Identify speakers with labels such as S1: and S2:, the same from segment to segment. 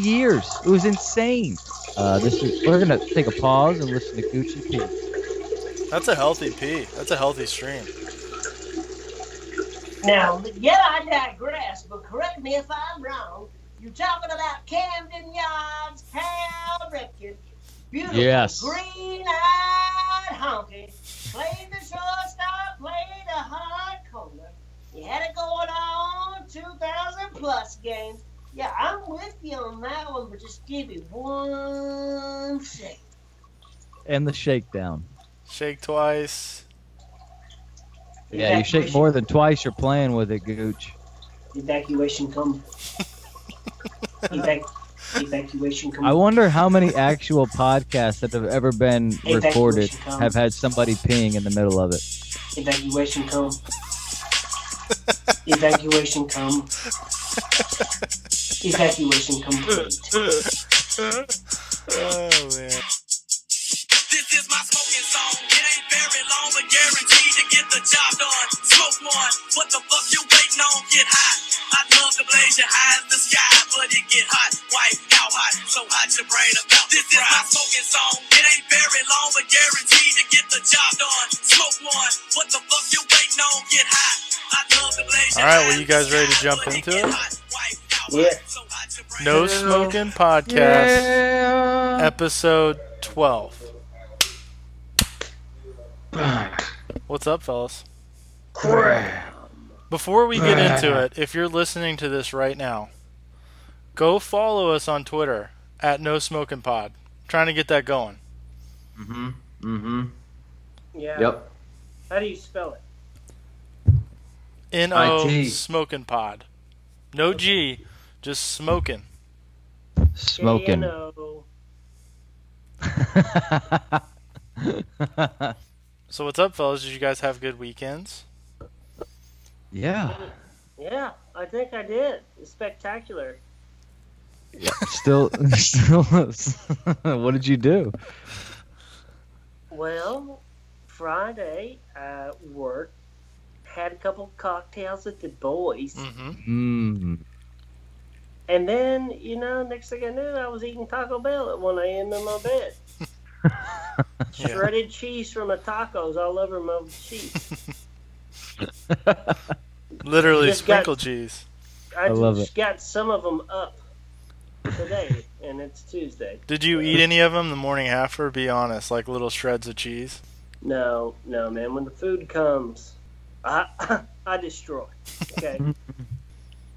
S1: years. It was insane. Uh, this is we're gonna take a pause and listen to Gucci P.
S2: That's a healthy pee. That's a healthy stream.
S3: Now, yet I digress, but correct me if I'm wrong. You're talking about Camden Yards, Hal Ripken. Beautiful
S1: Yes.
S3: green eyed honky. Played the shortstop, played the hard corner. You had it going on, 2,000 plus games. Yeah, I'm with you on that one, but just give me one shake.
S1: And the shakedown.
S2: Shake twice.
S1: Yeah, you shake more than twice. You're playing with it, Gooch.
S3: Evacuation come. Evac- evacuation come.
S1: I wonder how many actual podcasts that have ever been
S3: Hey, thank you,
S1: recorded
S3: Richie Collins.
S1: have had somebody peeing in the middle of it.
S3: Evacuation come. Evacuation come. Evacuation complete.
S2: Oh man.
S4: This is my smoking song. It ain't very long, but guaranteed to get the job done. Smoke one. What the fuck you waiting on? Get hot. I'd love to blaze your eyes the sky, but it get hot. White, how hot? So hot your brain about This is my smoking song. It ain't very long, but guaranteed to get the job done. Smoke one. What the fuck you waiting on? Get hot. I'd love to blaze your
S2: All right,
S4: eyes
S2: well, you guys
S4: the
S2: ready to
S4: sky,
S2: jump
S4: but
S2: into
S4: get
S2: it?
S4: hot. White, how
S3: Yeah.
S4: hot? So hot your brain
S2: No
S4: about-
S2: smoking podcast. Episode twelve. What's up, fellas? Before we get into it, if you're listening to this right now, go follow us on Twitter at No Smoking Pod. Trying to get that going.
S5: Mm-hmm. Mm-hmm.
S3: Yeah.
S5: Yep.
S3: How do you spell it?
S2: N O
S5: IT.
S2: Smoking Pod. No G, just smoking.
S1: Smoking.
S3: K-N-O.
S2: So what's up, fellas? Did you guys have good weekends?
S1: yeah.
S3: Yeah, I think I did. It's spectacular.
S1: Still, still. what did you do?
S3: Well, Friday I worked, had a couple cocktails with the boys,
S2: Mm-hmm.
S1: Mm.
S3: and then you know, next thing I knew, I was eating Taco Bell at 1 a.m. in my bed.
S2: Yeah.
S3: Shredded cheese from my tacos all over my sheets.
S2: Literally
S3: Just got-
S2: sprinkle cheese.
S3: I,
S1: I love
S3: just got some of them up today, and it's Tuesday.
S2: Did you eat any of them the morning after? Be honest, like little shreds of cheese.
S3: No, no, man. When the food comes, I I destroy. Okay.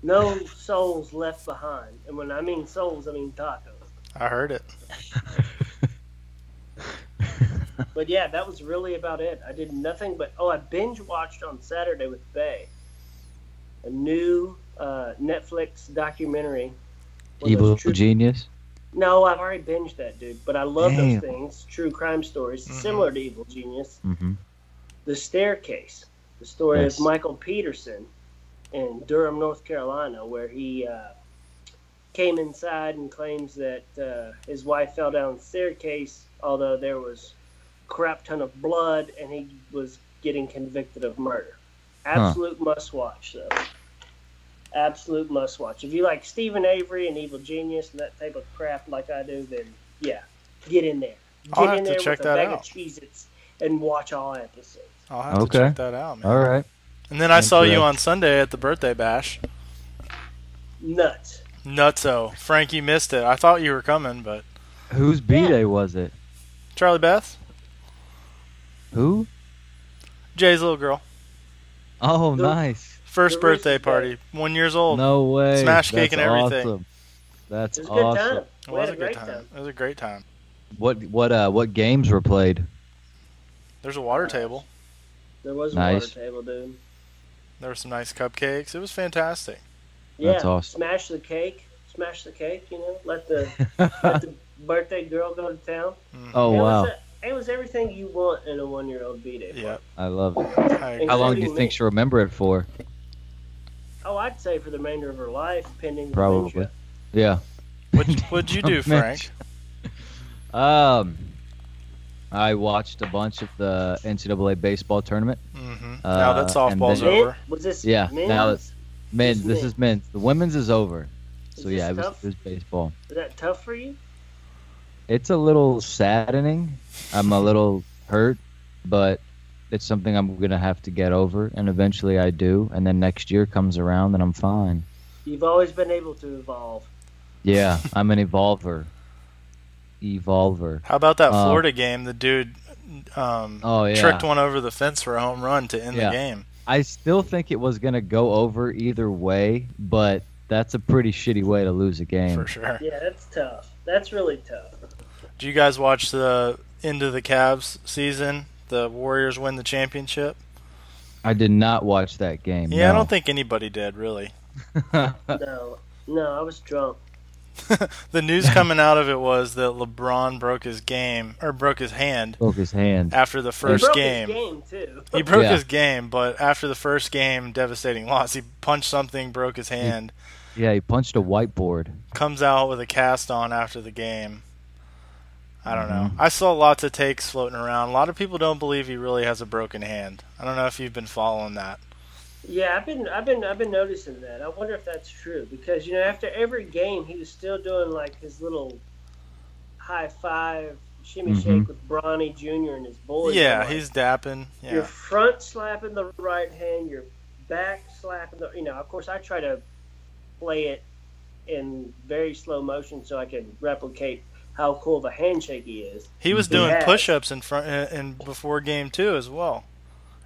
S3: no souls left behind, and when I mean souls, I mean tacos.
S2: I heard it.
S3: But yeah, that was really about it. I did nothing but oh, I binge watched on Saturday with Bay a new uh, Netflix documentary. One of those
S1: Evil
S3: true-
S1: genius.
S3: no, I've already binged that, dude. But I love
S1: Damn.
S3: those things, true crime stories,
S2: Mhm.
S3: similar to Evil Genius.
S1: Mm-hmm.
S3: The Staircase, the story
S1: Yes.
S3: of Michael Peterson in Durham, North Carolina, where he uh, came inside and claims that uh, his wife fell down the staircase, although there was crap ton of blood, and he was getting convicted of murder. Absolute must watch, though. Absolute must watch. If you like Stephen Avery and Evil Genius and that type of crap like I do, then yeah, get in there. Get
S2: I'll have
S3: in
S2: to
S3: there
S2: check
S3: with
S2: that
S3: a bag
S2: out.
S3: of Cheez-Its and watch all episodes.
S2: I'll have
S1: Okay.
S2: to check that out, man.
S1: All right.
S2: And then I saw you
S1: Incorrect.
S2: on Sunday at the birthday bash.
S3: Nuts.
S2: Nutso, Frankie missed it. I thought you were coming, but
S1: Whose b day was it?
S2: Charlie Beth,
S1: Who?
S2: Jay's little girl,
S1: Oh,
S3: The-
S1: nice.
S2: first
S3: The
S2: birthday
S3: Reese's
S2: party, one years old.
S1: No way.
S2: Smash cake
S1: That's
S2: and everything.
S1: Awesome. That's
S3: It was a good
S1: awesome.
S3: time.
S2: it
S3: We
S2: was
S3: had
S2: a
S3: a
S2: good
S3: great
S2: time.
S3: time.
S2: It was a great time.
S1: What what uh what games were played?
S2: There's a water table.
S3: There was
S1: Nice.
S3: a water table, dude.
S2: There were some nice cupcakes. It was fantastic.
S3: Yeah.
S1: That's awesome.
S3: Smash the cake. Smash the cake, you know. Let the let the birthday girl go to town.
S1: oh
S3: it
S1: wow,
S3: Was a, it was everything you want in a one year old B day.
S2: Yeah,
S1: I love it.
S2: I agree.
S1: How long do you
S3: Including
S1: think
S3: me.
S1: she'll remember it for?
S3: Oh, I'd say for the remainder of her life, pending
S1: Probably.
S3: dementia.
S1: Yeah.
S2: What would you do, Frank?
S1: Um, I watched a bunch of the NCAA baseball tournament.
S2: Mm-hmm.
S1: Uh,
S2: now that
S1: and
S2: softball's
S1: then-
S2: over.
S3: Was this
S1: Yeah,
S3: men's?
S1: now it's men's.
S3: It's
S1: This
S3: men.
S1: is men's. The women's is over. So
S3: Is this
S1: yeah, it was,
S3: tough?
S1: it was baseball.
S3: Is that tough for you?
S1: It's a little saddening. I'm a little hurt, but it's something I'm gonna have to get over, and eventually I do. And then next year comes around, and I'm fine.
S3: You've always been able to evolve.
S1: Yeah, I'm an evolver. Evolver.
S2: How about that
S1: Uh,
S2: Florida game? The dude um,
S1: Oh yeah.
S2: tricked one over the fence for a home run to end
S1: Yeah.
S2: the game.
S1: I still think it was gonna go over either way, but that's a pretty shitty way to lose a game.
S2: For sure.
S3: Yeah, that's tough. That's really tough.
S2: Do you guys watch the end of the Cavs season? The Warriors win the championship.
S1: I did not watch that game.
S2: Yeah, I
S1: no.
S2: don't think anybody did really.
S3: No, no, I was drunk.
S2: The news coming out of it was that LeBron broke his game or broke his hand
S1: broke his hand.
S2: after the first
S3: he broke
S2: game.
S3: His game too.
S2: He broke
S1: Yeah.
S2: his game, but after the first game, devastating loss. He punched something, broke his hand,
S1: Yeah, he punched a whiteboard.
S2: comes out with a cast on after the game. I don't know.
S1: Mm-hmm.
S2: I saw lots of takes floating around. A lot of people don't believe he really has a broken hand. I don't know if you've been following that.
S3: Yeah, I've been, I've been, I've been noticing that. I wonder if that's true because you know, after every game, he was still doing like his little high five shimmy
S1: Mhm.
S3: shake with Bronny Jr. and his boys.
S2: Mm-hmm. yeah,
S3: I'm like,
S2: he's dapping. Yeah.
S3: your front slapping the right hand, your back slapping the. You know, of course, I try to play it in very slow motion so I can replicate how cool of a handshake he is.
S2: He was
S3: He
S2: doing
S3: has.
S2: push-ups in front uh, and before game 2 as well.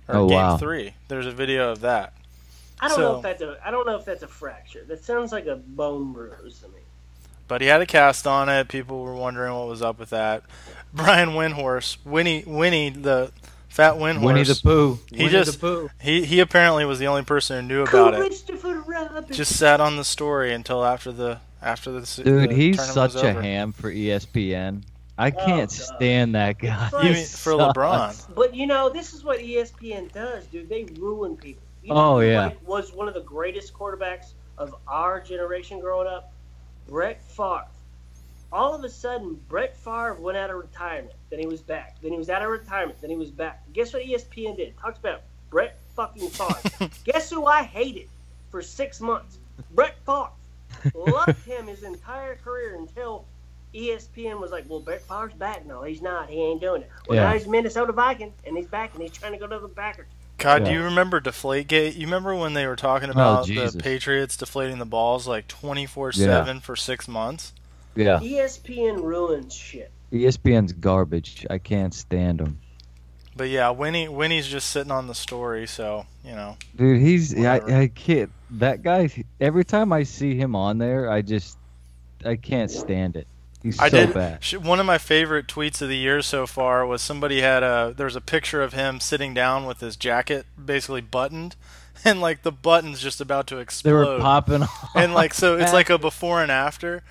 S2: Or
S1: Oh,
S2: game
S1: wow.
S2: 3. There's a video of that.
S3: I don't
S2: So-
S3: know if that's a. I don't know if that's a fracture. That sounds like a bone bruise to me.
S2: But he had a cast on it. People were wondering what was up with that. Brian Windhorse, Winnie, Winnie the fat Windhorse.
S1: Winnie the Pooh.
S2: He
S1: Winnie
S2: just-
S1: the Pooh.
S2: He he apparently was the only person who knew about it.
S3: Christopher Robin.
S2: Just sat on the story until after the after the s-
S1: Dude,
S2: the
S1: he's
S2: tournament
S1: such
S2: was
S1: a
S2: over.
S1: ham for E ESPN. I can't
S3: God.
S1: stand that guy.
S3: You
S1: He
S2: Oh, mean for
S1: sucks.
S2: LeBron?
S3: But you know, this is what E ESPN does, dude. They ruin people. You
S1: Oh,
S3: know who,
S1: yeah.
S3: like, was one of the greatest quarterbacks of our generation growing up, Brett Favre. All of a sudden, Brett Favre went out of retirement. Then he was back. Then he was out of retirement. Then he was back. Guess what E ESPN did? Talked about Brett fucking Favre. Guess who I hated for six months? Brett Favre. Loved him his entire career until E ESPN was like, "Well, Brett Favre's back. No, he's not. He ain't doing it. Well,
S1: Yeah.
S3: now he's Minnesota Viking, and he's back, and he's trying to go to the Packers.
S2: God, do
S1: Yeah.
S2: you remember Deflategate? You remember when they were talking about
S1: Oh, Jesus.
S2: the Patriots deflating the balls like twenty four seven for six months?
S1: Yeah.
S3: E
S1: E
S3: ESPN ruins shit.
S1: ESPN's garbage. I can't stand him.
S2: But yeah, Winnie Winnie's just sitting on the story, so you know.
S1: Dude, he's
S2: Whatever.
S1: I, I can't. That guy. Every time I see him on there, I just I can't stand it. He's
S2: I
S1: so
S2: did
S1: bad.
S2: sh- one of my favorite tweets of the year so far was somebody had a there's a picture of him sitting down with his jacket basically buttoned, and like the button's just about to
S1: They
S2: explode.
S1: were popping off.
S2: and like so it's like a before and after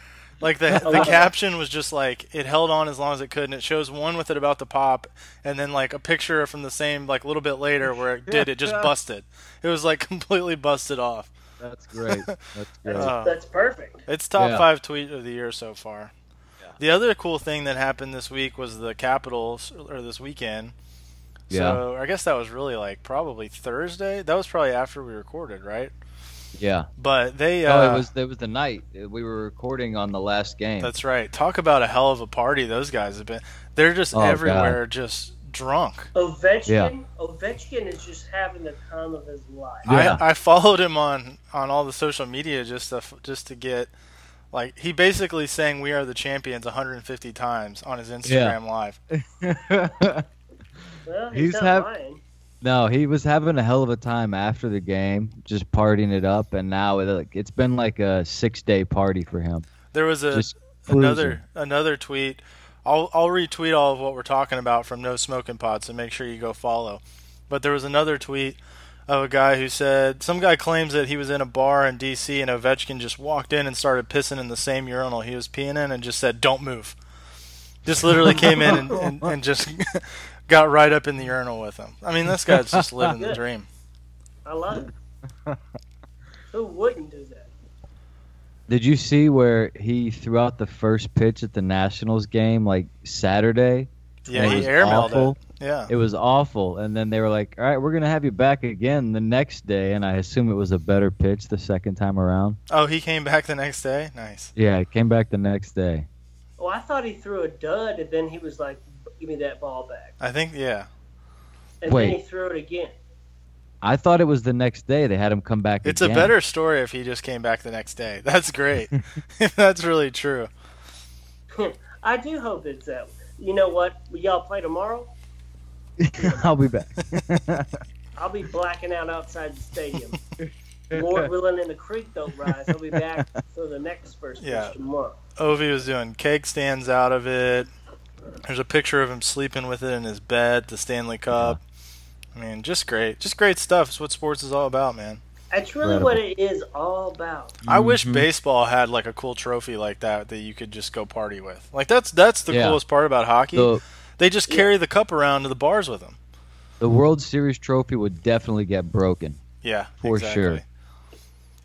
S2: like the the caption was just like it held on as long as it could and it shows one with it about to pop and then like a picture from the same like a little bit later where it did it just busted it was like completely busted off
S1: That's great. That's great.
S2: Uh, Oh.
S3: That's perfect.
S2: it's top
S1: Yeah.
S2: five tweet of the year so far the other cool thing that happened this week was the capitals or this weekend
S1: yeah.
S2: so i guess that was really like probably thursday that was probably after we recorded right
S1: Yeah.
S2: but they uh,
S1: oh, it was it was the night we were recording on the last game.
S2: That's right. Talk about a hell of a party those guys have been. They're just
S1: Oh, God.
S2: everywhere, just drunk.
S3: Ovechkin,
S1: Yeah.
S3: Ovechkin is just having the time of his life.
S1: Yeah.
S2: I, I followed him on on all the social media just to f- just to get like he basically sang "We Are the Champions" 150 times on his Instagram live.
S3: Well, he's,
S1: He's
S3: not
S1: have-
S3: lying.
S1: No, he was having a hell of a time after the game, just partying it up, and now it, like, it's been like a six-day party for him.
S2: There was a
S1: Just
S2: Uh, another another tweet. I'll I'll retweet all of what we're talking about from No Smoking Pod, so make sure you go follow. But there was another tweet of a guy who said some guy claims that he was in a bar in D.C. and Ovechkin just walked in and started pissing in the same urinal he was peeing in and just said, "Don't move." Just literally came in and, and, and just got right up in the urinal with him. I mean, this guy's just living the dream.
S3: I love it. Who wouldn't do that?
S1: Did you see where he threw out the first pitch at the Nationals game like Saturday?
S2: Yeah,
S1: And it
S2: he
S1: was
S2: airmailed
S1: awful?
S2: it. Yeah.
S1: It was awful. And then they were like, all right, we're going to have you back again the next day. And I assume it was a better pitch the second time around.
S2: Oh, he came back the next day. Nice.
S1: Yeah, it came back the next day.
S3: Oh, I thought he threw a dud, and then he was like, "Give me that ball back,"
S2: I think. Yeah.
S3: and
S1: Wait.
S3: then he threw it again.
S1: I thought it was the next day. They had him come back
S2: It's
S1: again.
S2: a better story if he just came back the next day. That's great. if that's really true.
S3: I do hope it's that. You know what? Y'all play tomorrow.
S1: I'll be back.
S3: I'll be blacking out outside the stadium. Lord willing, and the creek don't rise. I'll be back for the next first
S2: Yeah.
S3: pitch tomorrow.
S2: Ovi was doing keg stands out of it. There's a picture of him sleeping with it in his bed, the Stanley Cup. I mean, just great. Just great stuff. It's what sports is all about, man.
S3: That's really what it is all about.
S2: I wish
S1: Mhm.
S2: baseball had like a cool trophy like that that you could just go party with. Like that's that's the
S1: Yeah.
S2: coolest part about hockey.
S1: the,
S2: they just
S3: Yeah.
S2: carry the cup around to the bars with them.
S1: the World Series trophy would definitely get broken.
S2: Yeah,
S1: For
S2: exactly.
S1: sure.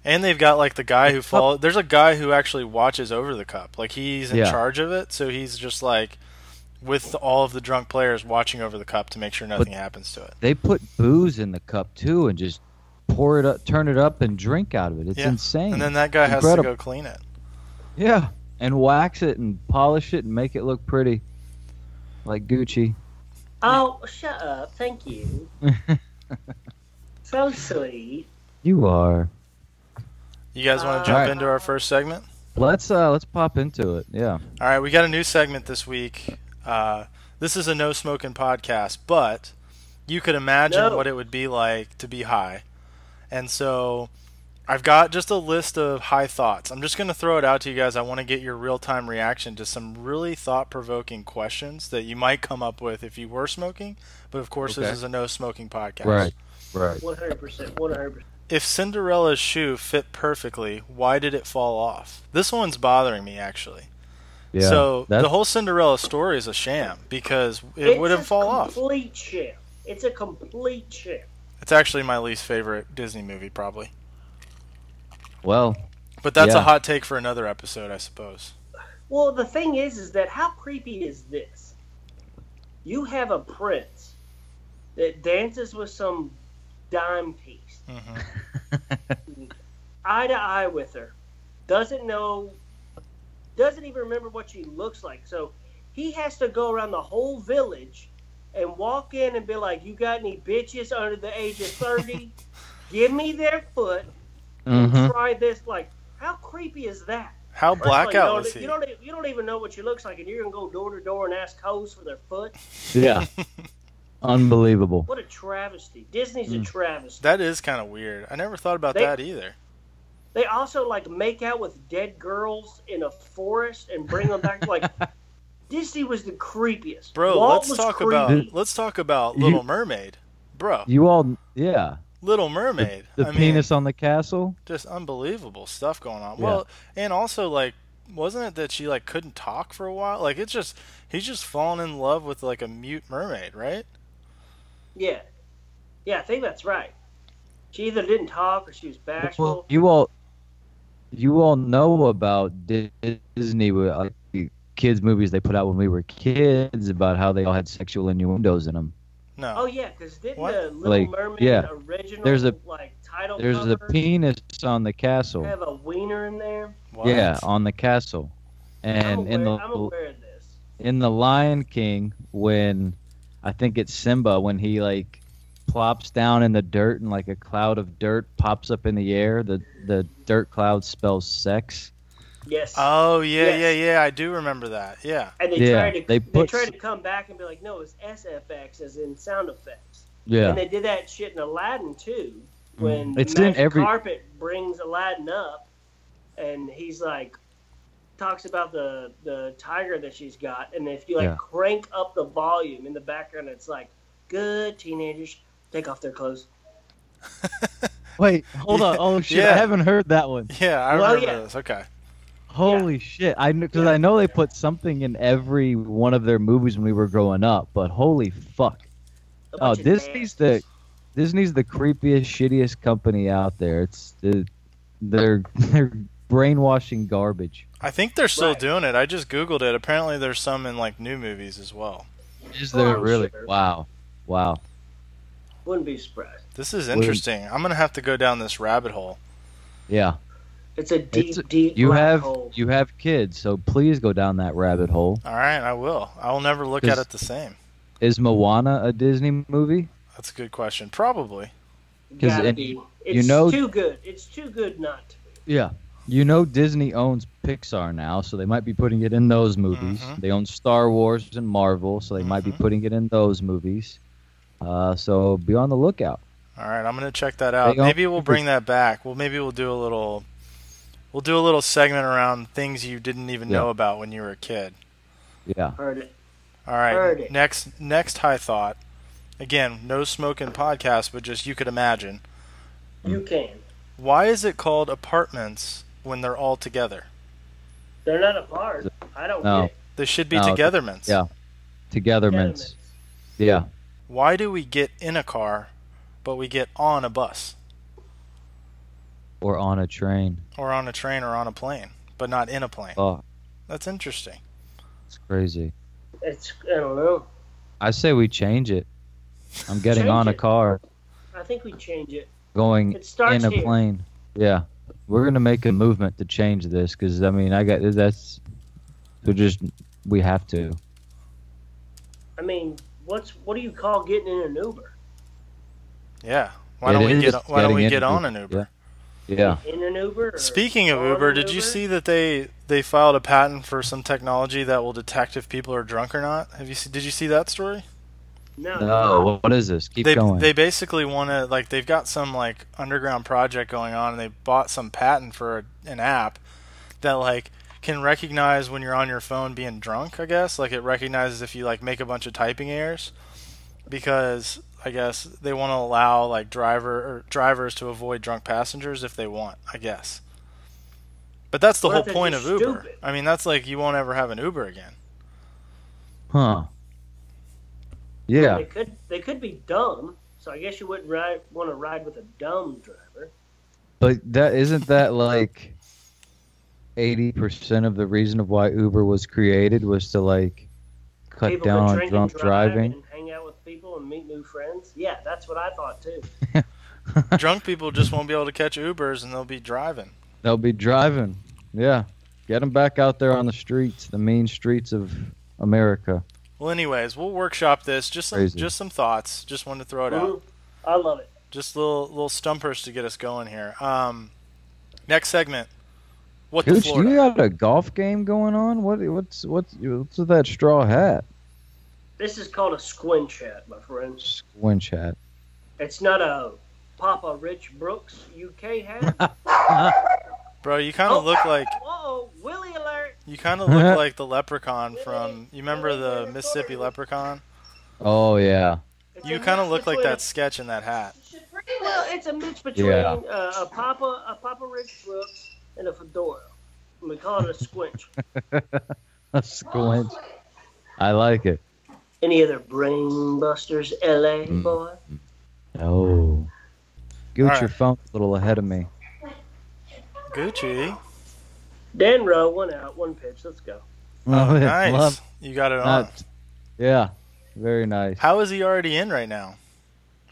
S2: And they've got like the guy who
S1: cup-
S2: follow. There's a guy who actually watches over the cup. Like he's in
S1: Yeah.
S2: charge of it, so he's just like with all of the drunk players watching over the cup to make sure nothing happens to it.
S1: They put booze in the cup too and just pour it up, turn it up, and drink out of it. It's
S2: Yeah.
S1: insane.
S2: And then that guy has to
S1: Incredible.
S2: go clean it.
S1: yeah, and wax it and polish it and make it look pretty, like Gucci.
S3: Oh, shut up! Thank you. so sweet.
S1: You are.
S2: You guys want
S3: Uh,
S2: to jump
S1: Alright.
S2: into our first segment?
S1: Let's uh let's pop into it. Yeah.
S2: All right, we got a new segment this week. Uh, this is a no smoking podcast, but you could imagine
S3: No.
S2: what it would be like to be high. And so I've got just a list of high thoughts. I'm just going to throw it out to you guys. I want to get your real time reaction to some really thought provoking questions that you might come up with if you were smoking. But of course,
S1: Okay.
S2: this is a no smoking podcast.
S1: Right. Right.
S3: One hundred percent. One hundred percent.
S2: If Cinderella's shoe fit perfectly, why did it fall off? This one's bothering me actually.
S1: Yeah.
S2: so
S1: that's,
S2: the whole Cinderella story is a sham because it wouldn't fall off.
S3: Complete sham. It's a complete sham.
S2: It's actually my least favorite Disney movie probably.
S1: well,
S2: But that's a
S1: Yeah.
S2: hot take for another episode, I suppose.
S3: Well, the thing is, is that how creepy is this? You have a prince that dances with some dime piece,
S2: hmm
S3: eye to eye with her, doesn't know, doesn't even remember what she looks like. So he has to go around the whole village and walk in and be like, "You got any bitches under the age of thirty? Give me their foot and
S1: mhm.
S3: try this." Like, how creepy is that?
S2: How
S3: First of all,
S2: blackout
S3: you
S2: was
S3: don't,
S2: he?
S3: You don't, e- you don't even know what she looks like, and you're gonna go door to door and ask hoes for their foot.
S1: yeah. Unbelievable.
S3: What a travesty! Disney's a
S2: Hmm.
S1: Mm.
S3: travesty.
S2: That is kind of weird. I never thought about
S3: They-
S2: that either.
S3: they also like make out with dead girls in a forest and bring them back. like Disney was the creepiest.
S2: Bro,
S3: Walt
S2: let's
S3: was
S2: talk
S3: creepy.
S2: about let's talk about
S1: You-
S2: Little Mermaid. Bro,
S1: You all yeah.
S2: Little Mermaid.
S1: The
S2: I mean,
S1: penis on the castle?
S2: just unbelievable stuff going on.
S1: Yeah.
S2: Well, and also like wasn't it that she like couldn't talk for a while? Like it's just he's just fallen in love with like a mute mermaid, right?
S3: Yeah, yeah, I think that's right. She either didn't talk or she was bashful.
S1: Well, you all, you all know about Disney, uh, the kids' movies they put out when we were kids about how they all had sexual innuendos in them.
S2: No.
S3: oh yeah, because didn't
S2: What?
S3: the Little
S1: Like,
S3: Mermaid
S1: yeah.
S3: original
S1: There's a-
S3: like title
S1: There's
S3: cover
S1: a penis on the castle.
S3: Oh, have a wiener in there?
S2: What?
S1: Yeah, on the castle,
S3: I'm
S1: and
S3: aware,
S1: in
S3: I'm
S1: the
S3: aware of this.
S1: in the Lion King when I think it's Simba when he like plops down in the dirt and like a cloud of dirt pops up in the air. The the dirt cloud spells sex.
S3: Yes.
S2: Oh yeah,
S3: Yes.
S2: yeah, yeah. I do remember that. Yeah.
S3: And they
S1: Yeah,
S3: tried to they,
S1: they put-
S3: tried to come back and be like, no, it's SFX as in sound effects.
S1: Yeah. Mm.
S3: And they did that shit in Aladdin too, when
S1: It's
S3: the
S1: in
S3: magic
S1: every-
S3: carpet brings Aladdin up, and he's like, talks about the the tiger that she's got, and if you like
S1: Yeah.
S3: crank up the volume in the background, it's like, good teenagers take off their clothes.
S1: Wait, hold on. Oh shit,
S2: Yeah.
S1: I haven't heard that one.
S2: Yeah, I
S3: Well,
S2: remember
S3: yeah.
S2: this. Okay.
S1: Holy shit! I because I know they put something in every one of their movies when we were growing up, but holy fuck!
S3: A
S1: Oh,
S3: bunch of
S1: Disney's the
S3: nasties.
S1: Disney's the creepiest, shittiest company out there. It's the they're they're brainwashing garbage.
S2: I think they're still
S3: Right.
S2: doing it. I just googled it. Apparently there's some in like new movies as well.
S1: Is there
S3: Oh,
S1: really?
S3: sure.
S1: Wow. Wow.
S3: Wouldn't be surprised.
S2: This is
S1: Would-
S2: interesting. I'm gonna have to go down this rabbit hole.
S1: Yeah.
S3: It's a deep,
S1: It's-
S3: deep
S1: You
S3: black
S1: have
S3: hole.
S1: you have kids, so please go down that rabbit hole.
S2: All right, I will. I will never look
S1: Is-
S2: at it the same.
S1: Is Moana a Disney movie?
S2: That's a good question. Probably.
S1: Because
S3: Gotta
S1: it-
S3: be. It's
S1: you know-
S3: too good. It's too good not to be.
S1: Yeah. You know Disney owns Pixar now, so they might be putting it in those movies.
S2: Mhm.
S1: They own Star Wars and Marvel, so they might be
S2: Mhm.
S1: putting it in those movies. Uh, so be on the lookout.
S2: All right, I'm gonna check that out.
S1: They all-
S2: Maybe we'll bring that back. Well, maybe we'll do a little. We'll do a little segment around things you didn't even
S1: Yeah.
S2: know about when you were a kid.
S1: Yeah.
S3: Heard it.
S2: All right.
S3: Heard it.
S2: Next, next high thought. Again, no smoking podcast, but just you could imagine.
S3: You
S1: Mm.
S3: can.
S2: Why is it called apartments when they're all together?
S3: They're not apart. I don't
S1: No.
S3: get it.
S2: They should be
S1: No,
S2: togetherments.
S1: Oh, yeah. Togetherments. Yeah.
S2: Why do we get in a car, but we get on a bus
S1: Or on a train.
S2: or on a train or on a plane, but not in a plane?
S1: Oh,
S2: That's interesting.
S1: it's crazy.
S3: It's I don't know.
S1: I say we change it. I'm getting
S3: Change
S1: on a
S3: it.
S1: car,
S3: I think we change it.
S1: going
S3: It starts
S1: in a
S3: here.
S1: plane. Yeah, we're gonna make a movement to change this because I mean I got that's we just we have to.
S3: I mean, what's what do you call getting in an Uber?
S2: Yeah. Why
S1: It
S2: don't we
S1: is
S2: get Why don't
S1: getting
S2: we
S1: in
S2: get
S1: an
S2: on an
S1: Uber,
S2: Uber?
S1: Yeah,
S3: In an Uber? or
S2: Speaking of
S3: on
S2: Uber,
S3: an
S2: did you
S3: Uber?
S2: see that they they filed a patent for some technology that will detect if people are drunk or not? Have you see, did you see that story?
S3: No.
S1: no, what- what is this? Keep
S2: they
S1: going.
S2: they basically want to like they've got some like underground project going on and they bought some patent for a, an app that like can recognize when you're on your phone being drunk, I guess. Like it recognizes if you like make a bunch of typing errors because I guess they want to allow like driver or drivers to avoid drunk passengers if they want, I guess. But that's the
S3: What
S2: whole
S3: if they're
S2: point of
S3: just
S2: Uber.
S3: stupid?
S2: I mean, that's like you won't ever have an Uber again.
S1: huh? Yeah,
S3: They could they could be dumb, so I guess you wouldn't ride want to ride with a dumb driver.
S1: but that isn't that like eighty percent of the reason of why Uber was created was to like cut
S3: people
S1: down
S3: could
S1: on
S3: drink
S1: drunk
S3: and drive
S1: driving.
S3: and hang out with people and meet new friends. Yeah, that's what I thought too.
S2: drunk people just won't be able to catch Ubers and they'll be driving.
S1: They'll be driving. Yeah, get them back out there on the streets, the mean streets of America.
S2: Well, anyways, we'll workshop this. Just some,
S1: Crazy.
S2: just some thoughts. Just wanted to throw it out.
S3: Mhm. I love it.
S2: Just little little stumpers to get us going here. Um, next segment. What the
S1: Cooch,
S2: Florida?
S1: you got a golf game going on? What what's what's what's with that straw hat?
S3: This is called a squinch hat, my friend.
S1: Squinch hat.
S3: It's not a Papa Rich Brooks UK hat.
S2: Bro, you kind of
S3: Oh.
S2: look like
S3: Whoa, Willie alert!
S2: you kind of look like the leprechaun from. You remember the Mississippi leprechaun?
S1: Oh yeah.
S3: It's a
S2: You
S3: mix
S2: kind of look like
S3: between
S2: that sketch in that hat.
S3: a- Well, it's a mix between
S1: Yeah.
S3: uh, a Papa a Papa Rich Brooks and a fedora. And we call it a squinch.
S1: A squinch. I like it.
S3: Any other brain busters, LA
S1: Mm.
S3: boy?
S1: Oh. Gooch,
S2: Alright.
S1: your phone's a little ahead of me. Oh,
S2: Gucci.
S3: Dan Rowe, one out, one pitch. Let's go.
S2: Oh,
S1: Love it.
S2: nice. Oh.
S1: Love
S2: You got it on.
S1: that. Yeah. Very nice.
S2: How is he already in right now?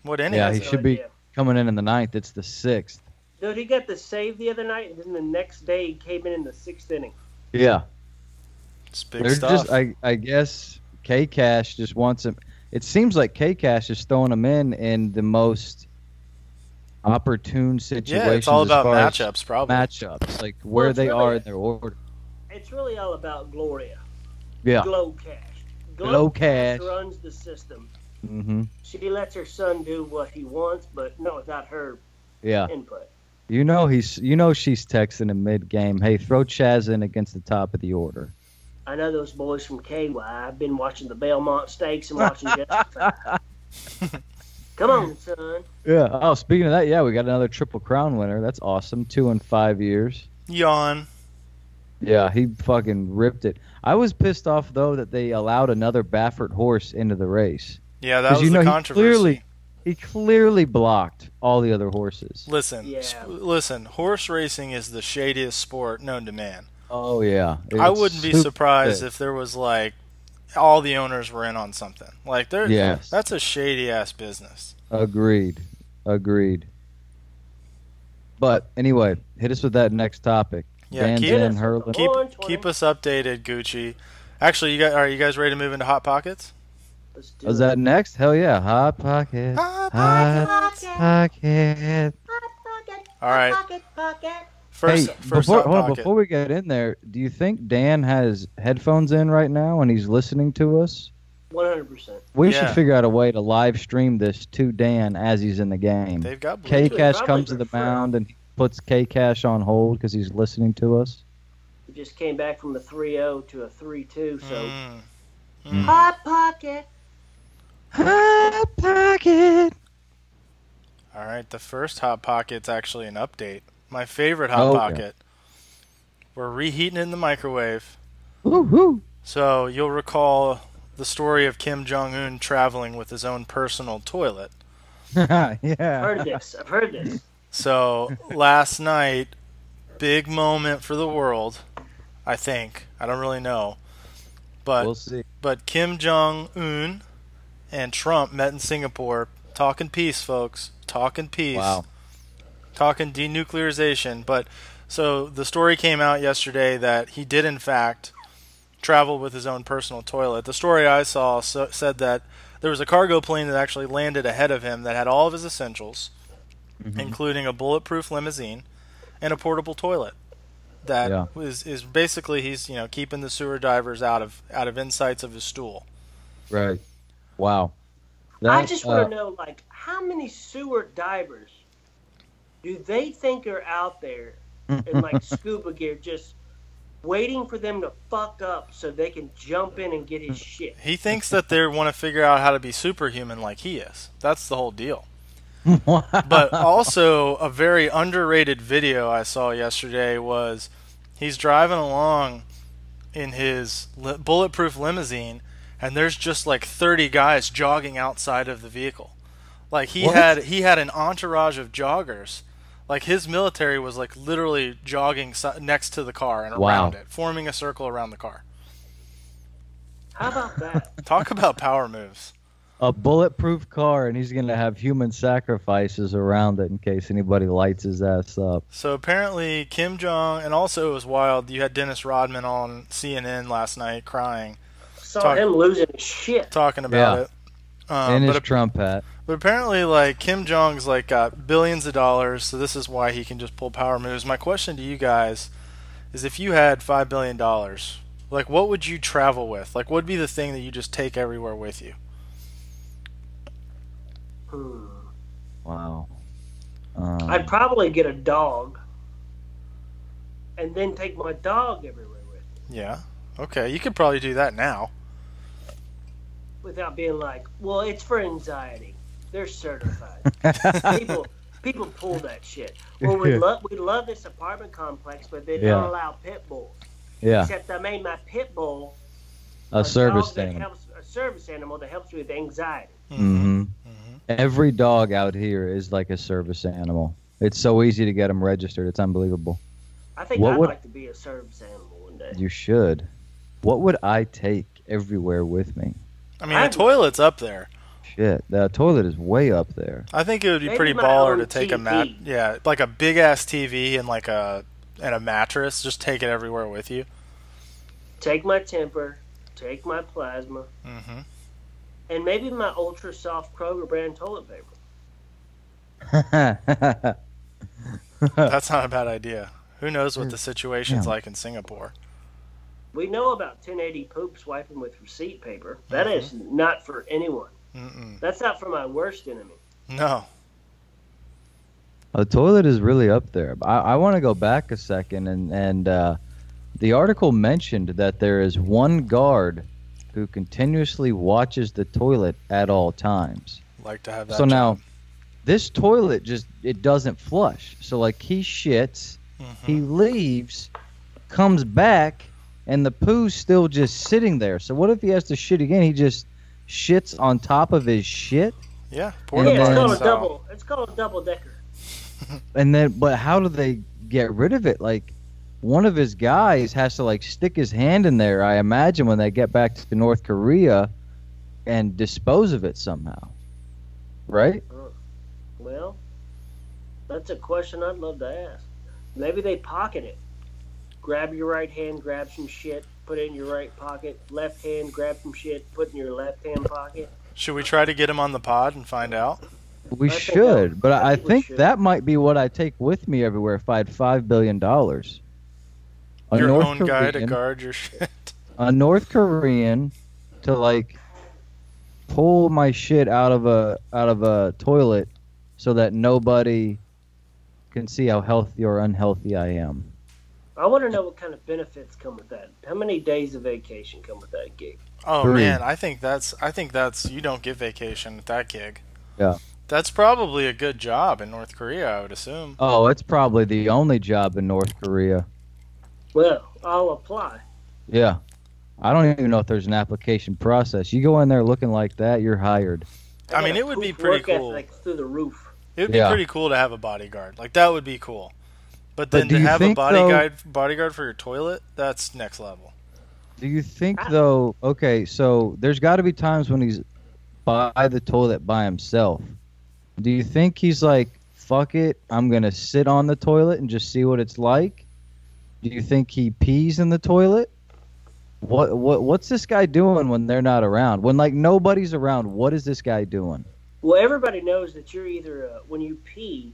S2: What inning?
S1: Yeah,
S2: is
S1: he
S2: it?
S1: should be- Coming in in the ninth. It's the sixth.
S3: Dude, he got the save the other night, and then the next day he came in in the sixth inning.
S1: Yeah.
S2: It's big
S1: They're
S2: stuff.
S1: just I I guess K Cash just wants him. It seems like K Cash is throwing him in in the most opportune situations.
S2: yeah, it's all
S1: as
S2: about
S1: far as-
S2: matchups, probably.
S1: matchups, like where
S3: it's
S1: they
S3: really-
S1: are in their order.
S3: It's really all about Gloria.
S1: Yeah.
S3: Glow Cash.
S1: Glow Cash.
S3: runs the system.
S1: hmm
S3: She lets her son do what he wants, but no, without her
S1: Yeah.
S3: input.
S1: You know he's. You know she's texting him mid game. Hey, throw Chaz in against the top of the order.
S3: I know those boys from KY. I've been watching the Belmont Stakes and watching Justified. Come on, son.
S1: Yeah. Oh, speaking of that, yeah, we got another triple crown winner. That's awesome. Two in five years.
S2: Yawn.
S1: Yeah, he fucking ripped it. I was pissed off though that they allowed another Baffert horse into the race
S2: Yeah, that was
S1: you know
S2: the
S1: he
S2: controversy.
S1: clearly he clearly blocked all the other horses.
S2: Listen,
S3: Yeah.
S2: sp- listen. Horse racing is the shadiest sport known to man.
S1: Oh yeah.
S2: I
S1: It's
S2: wouldn't be
S1: super
S2: surprised
S1: sick.
S2: if there was like all the owners were in on something. Like there,
S1: Yes.
S2: that's a shady ass business.
S1: Agreed. Agreed. But anyway, hit us with that next topic.
S2: Yeah,
S1: Van
S2: keep-
S1: Zandt Hurley.
S2: Keep
S3: Come on, Tony.
S2: keep us updated, Gucci. Actually, you guys, are you guys ready to move into hot pockets?
S3: Let's do
S1: Oh, Is
S3: it.
S1: that next? Hell yeah. Hot pocket.
S2: Hot
S1: Hot pocket.
S2: All right. First,
S1: hey,
S2: first
S1: before,
S2: hot
S1: hold on,
S2: pocket.
S1: before we get in there, do you think Dan has headphones in right now and he's listening to us?
S3: 100%.
S1: We
S2: Yeah.
S1: should figure out a way to live stream this to Dan as he's in the game.
S2: They've got blue.
S1: K
S3: Actually,
S1: Cash
S3: probably
S1: comes to the
S3: prefer-
S1: mound and he puts K Cash on hold because he's listening to us.
S3: We just came back from a 3 0 to a 3 2, so.
S2: Mm.
S3: Hot Pocket!
S1: Hot pocket.
S2: All right, the first hot pocket's actually an update. My favorite hot
S1: Oh, yeah.
S2: pocket. We're reheating it in the microwave.
S1: Woohoo.
S2: So you'll recall the story of Kim Jong Un traveling with his own personal toilet.
S3: I've heard
S1: yeah.
S3: this. I've heard this.
S2: So last night, big moment for the world, I think. I don't really know, but
S1: We'll see.
S2: but Kim Jong Un and Trump met in Singapore, talking peace, folks, talking peace.
S1: Wow.
S2: talking denuclearization. But so the story came out yesterday that he did in fact travel with his own personal toilet. The story I saw so, said that there was a cargo plane that actually landed ahead of him that had all of his essentials, including a bulletproof limousine and a portable toilet. That
S1: Yeah.
S2: was is basically he's you know keeping the sewer divers out of out of insights of his stool.
S1: Right. Wow.
S3: I
S1: That,
S3: just
S1: uh,
S3: want to know, like, how many sewer divers do they think are out there in, like, scuba gear just waiting for them to fuck up so they can jump in and get his shit?
S2: He thinks that they want to figure out how to be superhuman like he is. That's the whole deal.
S1: uh,
S2: but also a very underrated video I saw yesterday was he's driving along in his li- bulletproof limousine and there's just like 30 guys jogging outside of the vehicle. Like he
S1: What?
S2: had he had an entourage of joggers. Like his military was like literally jogging si- next to the car and
S1: Wow.
S2: around it, forming a circle around the car.
S3: How about that?
S2: Talk about power moves.
S1: a bulletproof car, and he's going to have human sacrifices around it in case anybody lights his ass up.
S2: So apparently, Kim Jong, and also it was wild. You had Dennis Rodman on CNN last night crying,
S3: Saw
S2: Talk-
S3: him losing his shit.
S2: talking about
S1: Yeah.
S2: it. Um,
S1: in
S2: but,
S1: his Trump hat.
S2: but apparently, like Kim Jong's like got billions of dollars, so this is why he can just pull power moves. My question to you guys is, if you had five billion dollars, like what would you travel with? Like, what would be the thing that you just take everywhere with you?
S3: Hmm.
S1: Wow. Um,
S3: I'd probably get a dog and then take my dog everywhere with me
S2: Yeah. Okay, you could probably do that now.
S3: without being like, well, it's for anxiety. They're certified. people people pull that shit. Well, we love we love this apartment complex, but they
S1: Yeah.
S3: don't allow pit bulls.
S1: yeah,
S3: Except I made my pit bull
S1: a service
S3: dog that
S1: thing.
S3: helps- a service animal that helps with anxiety.
S2: Mm-hmm.
S1: hmm Every dog out here is like a service animal. It's so easy to get them registered. It's unbelievable.
S3: I think
S1: What
S3: I'd
S1: would-
S3: like to be a service animal one day.
S1: You should. What would I take everywhere with me?
S2: I mean,
S3: I-
S2: the toilet's up there.
S1: Shit, the toilet is way up there.
S2: I think it would be
S3: Maybe
S2: pretty
S3: my
S2: baller
S3: own
S2: to take a
S3: TV.
S2: mat, yeah, like a big ass TV and like a and a mattress. Just take it everywhere with you.
S3: Take my temper, take my plasma,
S2: hmm
S3: and maybe my ultra soft Kroger brand toilet paper.
S2: That's not a bad idea. Who knows what the situation's
S1: Yeah.
S2: like in Singapore?
S3: We know about 1080 poop swiping with receipt paper. That is not for anyone.
S2: Mm-mm.
S3: That's not for my worst enemy.
S2: No,
S1: The toilet is really up there. I, I want to go back a second, and and uh, the article mentioned that there is one guard who continuously watches the toilet at all times.
S2: like to have that.
S1: So now,
S2: job.
S1: this toilet just it doesn't flush. So like he shits, he leaves, comes back, and the poo's still just sitting there. So what if he has to shit again? He just shits on top of his shit,
S2: yeah,
S1: And
S2: Portland
S3: Yeah, it's
S1: then-
S3: called a
S2: style.
S3: double. It's called a double decker.
S1: and then but how do they get rid of it? Like one of his guys has to like stick his hand in there. I imagine when they get back to North Korea and dispose of it somehow, right?
S3: Well, that's a question I'd love to ask. Maybe they pocket it. Grab your right hand, grab some shit, put it in your right pocket. Left hand, grab some shit, put it in your left hand pocket.
S2: Should we try to get him on the pod and find out?
S1: We
S3: I think
S1: should,
S3: that-
S1: but
S3: I
S1: I,
S3: think we
S1: think
S3: should.
S1: that might be what I take with me everywhere if I had five billion dollars. A
S2: Your
S1: North
S2: own guy to
S1: Korean-
S2: guard your shit.
S1: a North Korean to like pull my shit out of a out of a toilet so that nobody can see how healthy or unhealthy I am.
S3: I want to know what kind of benefits come with that. How many days of vacation come with that gig?
S2: Oh
S1: Three.
S2: man, I think that's I think that's you don't get vacation at that gig.
S1: Yeah.
S2: That's probably a good job in North Korea, I would assume.
S1: Oh, it's probably the only job in North Korea.
S3: Well, I'll apply.
S1: Yeah. I don't even know if there's an application process. You go in there looking like that, you're hired.
S2: I mean,
S3: got a
S2: it would be
S3: poop
S2: pretty
S3: work
S2: cool.
S3: ethic through the roof.
S2: It would be
S1: Yeah.
S2: pretty cool to have a bodyguard. Like that would be cool. But then
S1: do
S2: to
S1: you
S2: have a
S1: think,
S2: bodyguard bodyguard for your toilet, that's next level.
S1: Do you think
S3: Ah.
S1: though? Okay, so there's got to be times when he's by the toilet by himself. Do you think he's like, "Fuck it, I'm gonna sit on the toilet and just see what it's like"? Do you think he pees in the toilet? What what what's this guy doing when they're not around? When like nobody's around, what is this guy doing?
S3: Well, everybody knows that you're either a, when you pee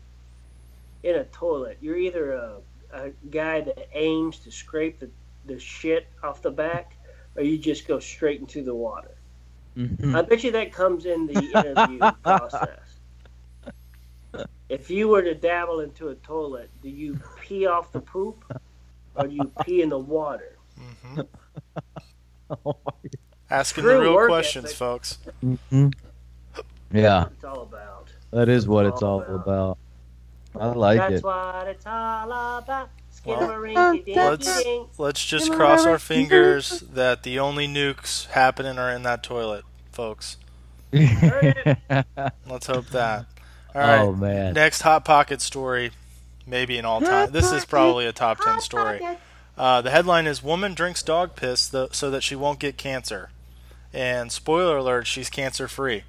S3: in a toilet, you're either a, a guy that aims to scrape the, the shit off the back, or you just go straight into the water.
S1: Hmm.
S3: I bet you that comes in the interview process. If you were to dabble into a toilet, do you pee off the poop, or do you pee in the water?
S2: hmm Asking
S3: True
S2: the real
S3: work
S2: questions,
S3: ethic.
S2: folks.
S1: Mhm. Yeah,
S3: It's all about.
S1: that is what it's all about. I like
S3: That's
S1: it.
S3: what it's all about.
S2: Well, let's-
S3: Skidamarinky-dinky-dink.
S2: Let's just cross our fingers that the only nukes happening are in that toilet, folks. Let's hope that. All right.
S1: Oh man.
S2: Next hot pocket story, maybe an all time. This is probably a top ten story. Uh, the headline is "Woman drinks dog piss tho- so that she won't get cancer," and spoiler alert, she's cancer free.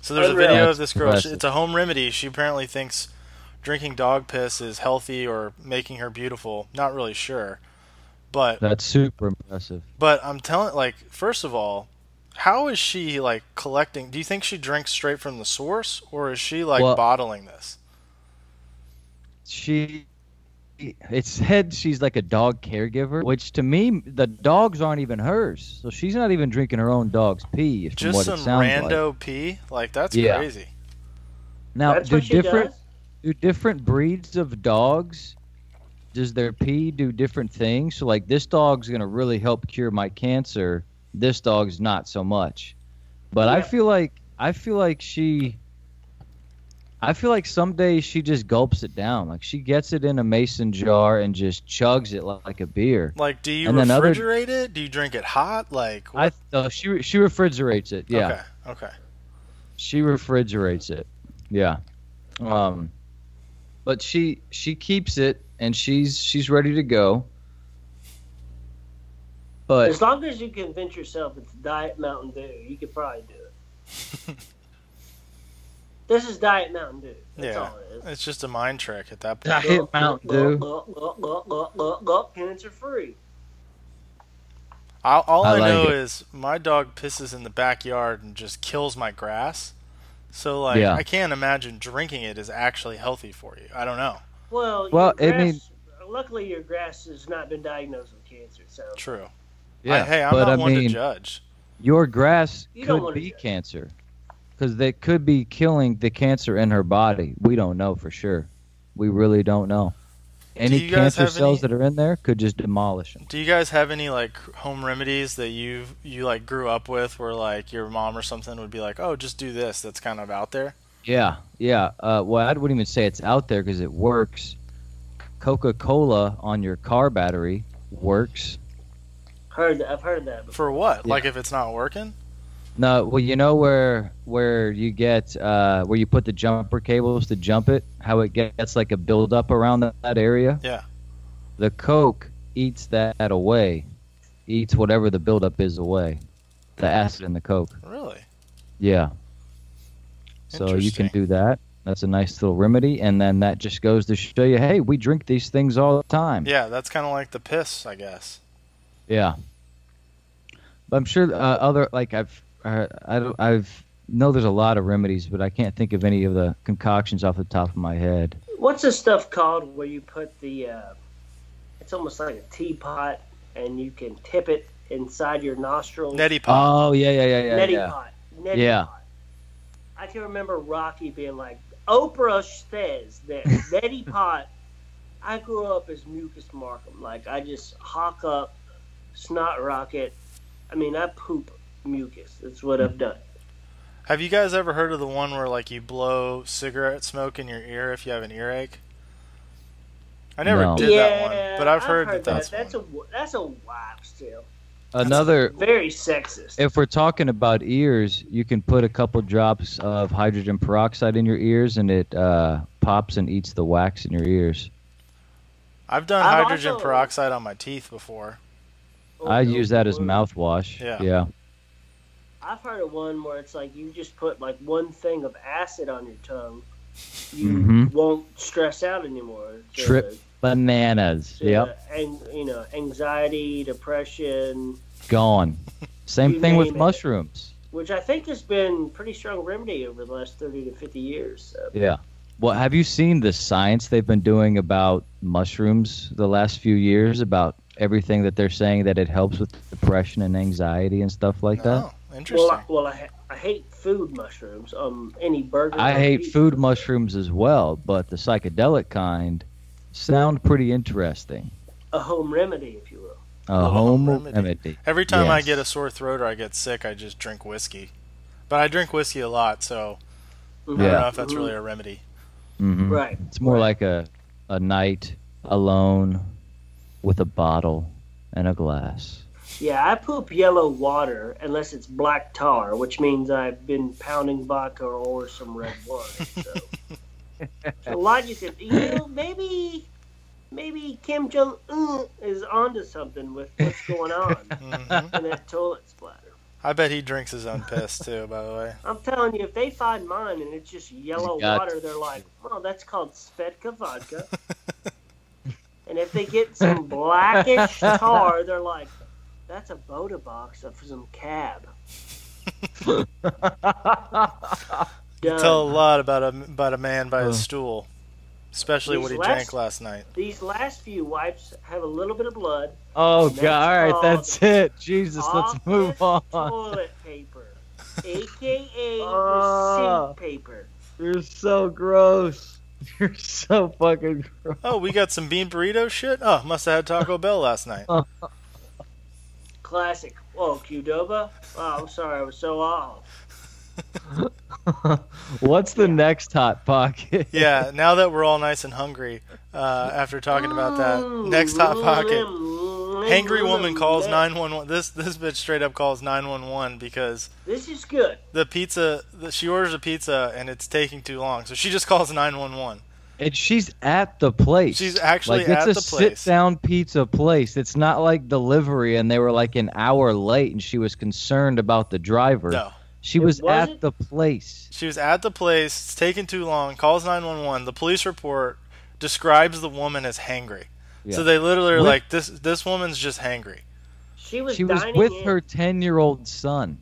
S2: So there's a
S3: Unreal.
S2: video of this girl. She-
S1: Impressive.
S2: It's a home remedy. She apparently thinks drinking dog piss is healthy or making her beautiful. Not really sure, but
S1: That's super impressive.
S2: but I'm telling, like, first of all, how is she like collecting? Do you think she drinks straight from the source, or is she like
S1: Well-
S2: bottling this?
S1: She it said she's like a dog caregiver, which to me the dogs aren't even hers. So she's not even drinking her own dog's pee from
S2: Just
S1: what
S2: some
S1: it sounds like.
S2: rando pee? Like that's
S1: Yeah.
S2: crazy.
S1: Now
S3: That's
S1: do
S3: what she
S1: different
S3: does.
S1: do different breeds of dogs does their pee do different things? So like this dog's gonna really help cure my cancer. This dog's not so much. But I
S3: Yeah.
S1: feel like I feel like she I feel like some days she just gulps it down. Like she gets it in a mason jar and just chugs it li- like a beer.
S2: Like, do you
S1: And then other-
S2: refrigerate it? Do you drink it hot? Like,
S1: I
S2: what?
S1: uh, she she refrigerates it. Yeah.
S2: Okay. Okay.
S1: She refrigerates it. Yeah. Um but she she keeps it and she's she's ready to go. But
S3: As long as you convince yourself it's Diet Mountain Dew, you could probably do it. this is Diet Mountain Dew. That's
S2: Yeah.
S3: all it is.
S2: It's just a mind trick at that point.
S1: I hit Mountain Dew.
S3: Look, look, look, look, look, look, cancer free.
S2: All, all I,
S1: I like
S2: know
S1: it.
S2: is my dog pisses in the backyard and just kills my grass. So like,
S1: Yeah.
S2: I can't imagine drinking it is actually healthy for you. I don't know.
S3: Well,
S1: Well, I
S3: your grass,
S1: mean-
S3: luckily your grass has not been diagnosed with cancer, so
S2: True.
S1: yeah,
S2: I, hey, I'm
S1: but
S2: not
S1: I
S2: one
S1: mean,
S2: to judge.
S1: your grass
S3: You don't
S1: could
S3: wanna
S1: be
S3: judge.
S1: cancer because they could be killing the cancer in her body. We don't know for sure. We really don't know. Any
S2: you guys
S1: cancer
S2: have
S1: cells
S2: any-
S1: that are in there could just demolish them.
S2: Do you guys have any like home remedies that you you like grew up with, where like your mom or something would be like, "Oh, just do this." That's kind of out there.
S1: Yeah, yeah. Uh, well, I wouldn't even say it's out there because it works. Coca Cola on your car battery works.
S3: heard that, I've heard that. Before.
S2: For what?
S1: Yeah.
S2: Like if it's not working?
S1: No, well, you know where where you get uh, where you put the jumper cables to jump it, how it gets like a buildup around that, that area.
S2: Yeah.
S1: The Coke eats that away, eats whatever the buildup is away, the acid and the coke.
S2: Really?
S1: Yeah. So you can
S2: Interesting.
S1: do that. That's a nice little remedy, and then that just goes to show you, hey, we drink these things all the time.
S2: Yeah, that's kind of like the piss, I guess.
S1: Yeah. But I'm sure uh, other like I've uh, I don't, I've know there's a lot of remedies, but I can't think of any of the concoctions off the top of my head.
S3: What's this stuff called where you put the? Uh, it's almost like a teapot, and you can tip it inside your nostrils.
S2: Neti pot.
S1: Oh yeah yeah yeah yeah
S3: Neti
S1: yeah.
S3: pot. Neti
S1: Yeah.
S3: pot. I can remember Rocky being like, Oprah says that neti pot. I grew up as mucus Markham. Like I just hawk up, snot rocket. I mean, I poop mucus. That's what I've done.
S1: Uh,
S2: Have you guys ever heard of the one where like you blow cigarette smoke in your ear if you have an earache? I never
S1: No.
S2: did that one, but I've heard, that that's,
S3: that's
S2: one.
S3: a that's a wipe still.
S1: Another
S3: Very sexist.
S1: if we're talking about ears, you can put a couple drops of hydrogen peroxide in your ears, and it uh, pops and eats the wax in your ears.
S2: I've done
S3: I've
S2: hydrogen
S3: also-
S2: peroxide on my teeth before.
S1: I use that as
S3: Ooh.
S1: mouthwash.
S2: Yeah.
S1: yeah.
S3: I've heard of one where it's like you just put like one thing of acid on your tongue, you
S1: Mhm.
S3: won't stress out anymore. So-
S1: Trip. Bananas.
S3: so,
S1: Yep.
S3: And you know, anxiety, depression,
S1: Gone. Same
S3: You
S1: thing with
S3: name it.
S1: mushrooms.
S3: which I think has been pretty strong remedy over the last thirty to fifty years. So.
S1: Yeah. Well, have you seen the science they've been doing about mushrooms the last few years? About everything that they're saying that it helps with depression and anxiety and stuff like that.
S2: Oh, interesting.
S3: Well, I, well, I, ha- I hate food mushrooms. Um, any burger.
S1: I
S3: or
S1: hate
S3: pizza.
S1: food mushrooms as well, but the psychedelic kind sound pretty interesting.
S3: A home remedy, if you will.
S1: A
S2: Little
S1: home
S2: home
S1: remedy.
S2: remedy. Every time I
S1: Yes.
S2: get a sore throat or I get sick, I just drink whiskey. But I drink whiskey a lot, so I don't
S1: Yeah.
S2: know if that's really a remedy.
S1: Mhm.
S3: Mm-hmm. Right.
S1: It's more like a a night alone with a bottle and a glass.
S3: Yeah, I poop yellow water unless it's black tar, which means I've been pounding vodka or some red wine. So, so logic is, you know, maybe, maybe Kim Jong Un is onto something with what's going on
S2: hmm
S3: in that toilet splatter.
S2: I bet he drinks his own piss too. By the way,
S3: I'm telling you, if they find mine and it's just yellow
S1: got-
S3: water, they're like, well, that's called Svedka vodka. and if they get some blackish tar, they're like, that's a Boda box of some cab. Done.
S2: tell a lot about a about a man by his stool, especially
S3: These
S2: what he
S3: last-
S2: drank last night.
S3: These last few wipes have a little bit of blood.
S1: Oh
S3: Next
S1: god, all right,
S3: call.
S1: that's it. Jesus, let's
S3: Office
S1: move on.
S3: Toilet paper, aka
S1: Oh.
S3: receipt paper.
S1: You're so gross. You're so fucking gross.
S2: Oh, we got some bean burrito shit. Oh, must have had Taco Bell last night.
S3: Classic. Whoa, Qdoba. Oh, I'm sorry, I was so off.
S1: What's the next hot pocket?
S2: Yeah, now that we're all nice and hungry uh, after talking about that,
S3: Oh, Mm,
S2: next hot pocket. Angry
S3: Angry
S2: woman calls
S3: mm.
S2: 911. This this bitch straight up calls 911 because
S3: This is good.
S2: the pizza the, she orders a pizza and it's taking too long. So she just calls 911.
S1: And she's at the place.
S2: She's actually
S1: like, it's
S2: at
S1: a
S2: the place.
S1: sit down pizza place. It's not like delivery and they were like an hour late and she was concerned about the driver.
S2: No.
S1: She was
S3: was
S1: at
S3: it?
S1: the place.
S2: She was at the place. It's taking too long. Calls 911. The police report describes the woman as hangry.
S1: Yeah.
S2: So they literally are
S1: What?
S2: like this this woman's just hangry.
S3: She was.
S1: She was
S3: dining
S1: with
S3: in.
S1: her 10 year old son.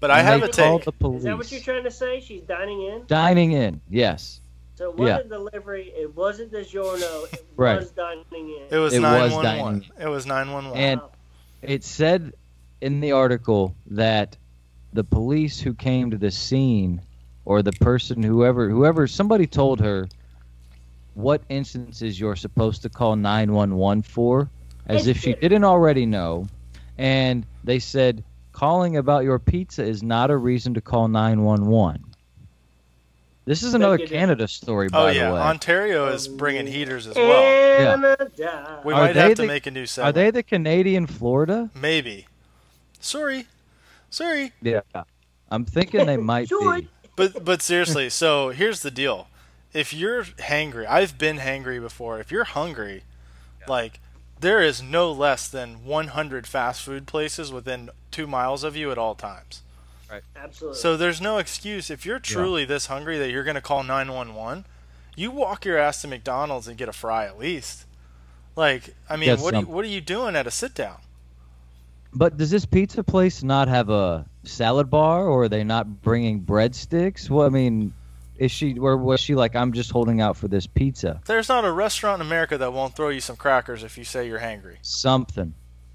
S2: But I
S1: And
S2: have
S1: they
S2: a
S1: called
S2: take.
S1: the police.
S3: Is that what you're trying to say? She's dining in.
S1: Dining in, yes.
S3: So it
S1: Yeah.
S3: wasn't delivery. It wasn't the Giorno. It
S1: Right.
S3: was dining in.
S2: It was
S1: It was
S2: 911.
S1: dining.
S2: It was 911.
S1: And it said in the article that the police who came to the scene or the person whoever whoever somebody told her what instances you're supposed to call 911 for as if she didn't already know and they said calling about your pizza is not a reason to call 911 this is another
S3: Beg your
S1: canada story by
S2: oh yeah,
S1: the way
S2: Ontario is bringing heaters as well.
S3: Canada.
S2: We
S1: Are
S2: might
S1: they
S2: have to
S1: the-
S2: make a new
S1: are
S2: segment.
S1: they the canadian florida
S2: Maybe. Sorry. Sorry.
S1: yeah i'm thinking they might
S3: Sorry.
S1: be
S2: But but seriously, so here's the deal. If you're hangry, I've been hangry before. If you're hungry, like there is no less than 100 fast food places within two miles of you at all times.
S3: Absolutely.
S2: So there's no excuse if you're truly this hungry that you're going to call 911. You walk your ass to McDonald's and get a fry at least. Like, I mean,
S1: Get
S2: what are you,
S1: some.
S2: what are you doing at a sit down?
S1: But does this pizza place not have a salad bar, or are they not bringing breadsticks? Well, I mean, is she or was she like, I'm just holding out for this pizza,
S2: There's not a restaurant in America that won't throw you some crackers if you say you're hangry.
S1: something,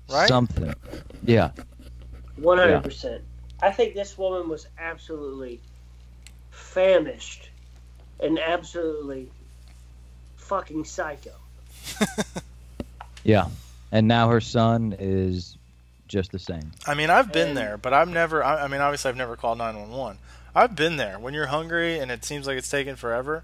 S2: Right?
S1: Something, yeah.
S3: One hundred percent. I think this woman was absolutely famished and absolutely fucking psycho.
S1: Yeah. And now her son is just the same.
S2: I mean, I've been
S3: And-
S2: there, but I've never. I, I mean, obviously, I've never called 911. I've been there when you're hungry and it seems like it's taking forever.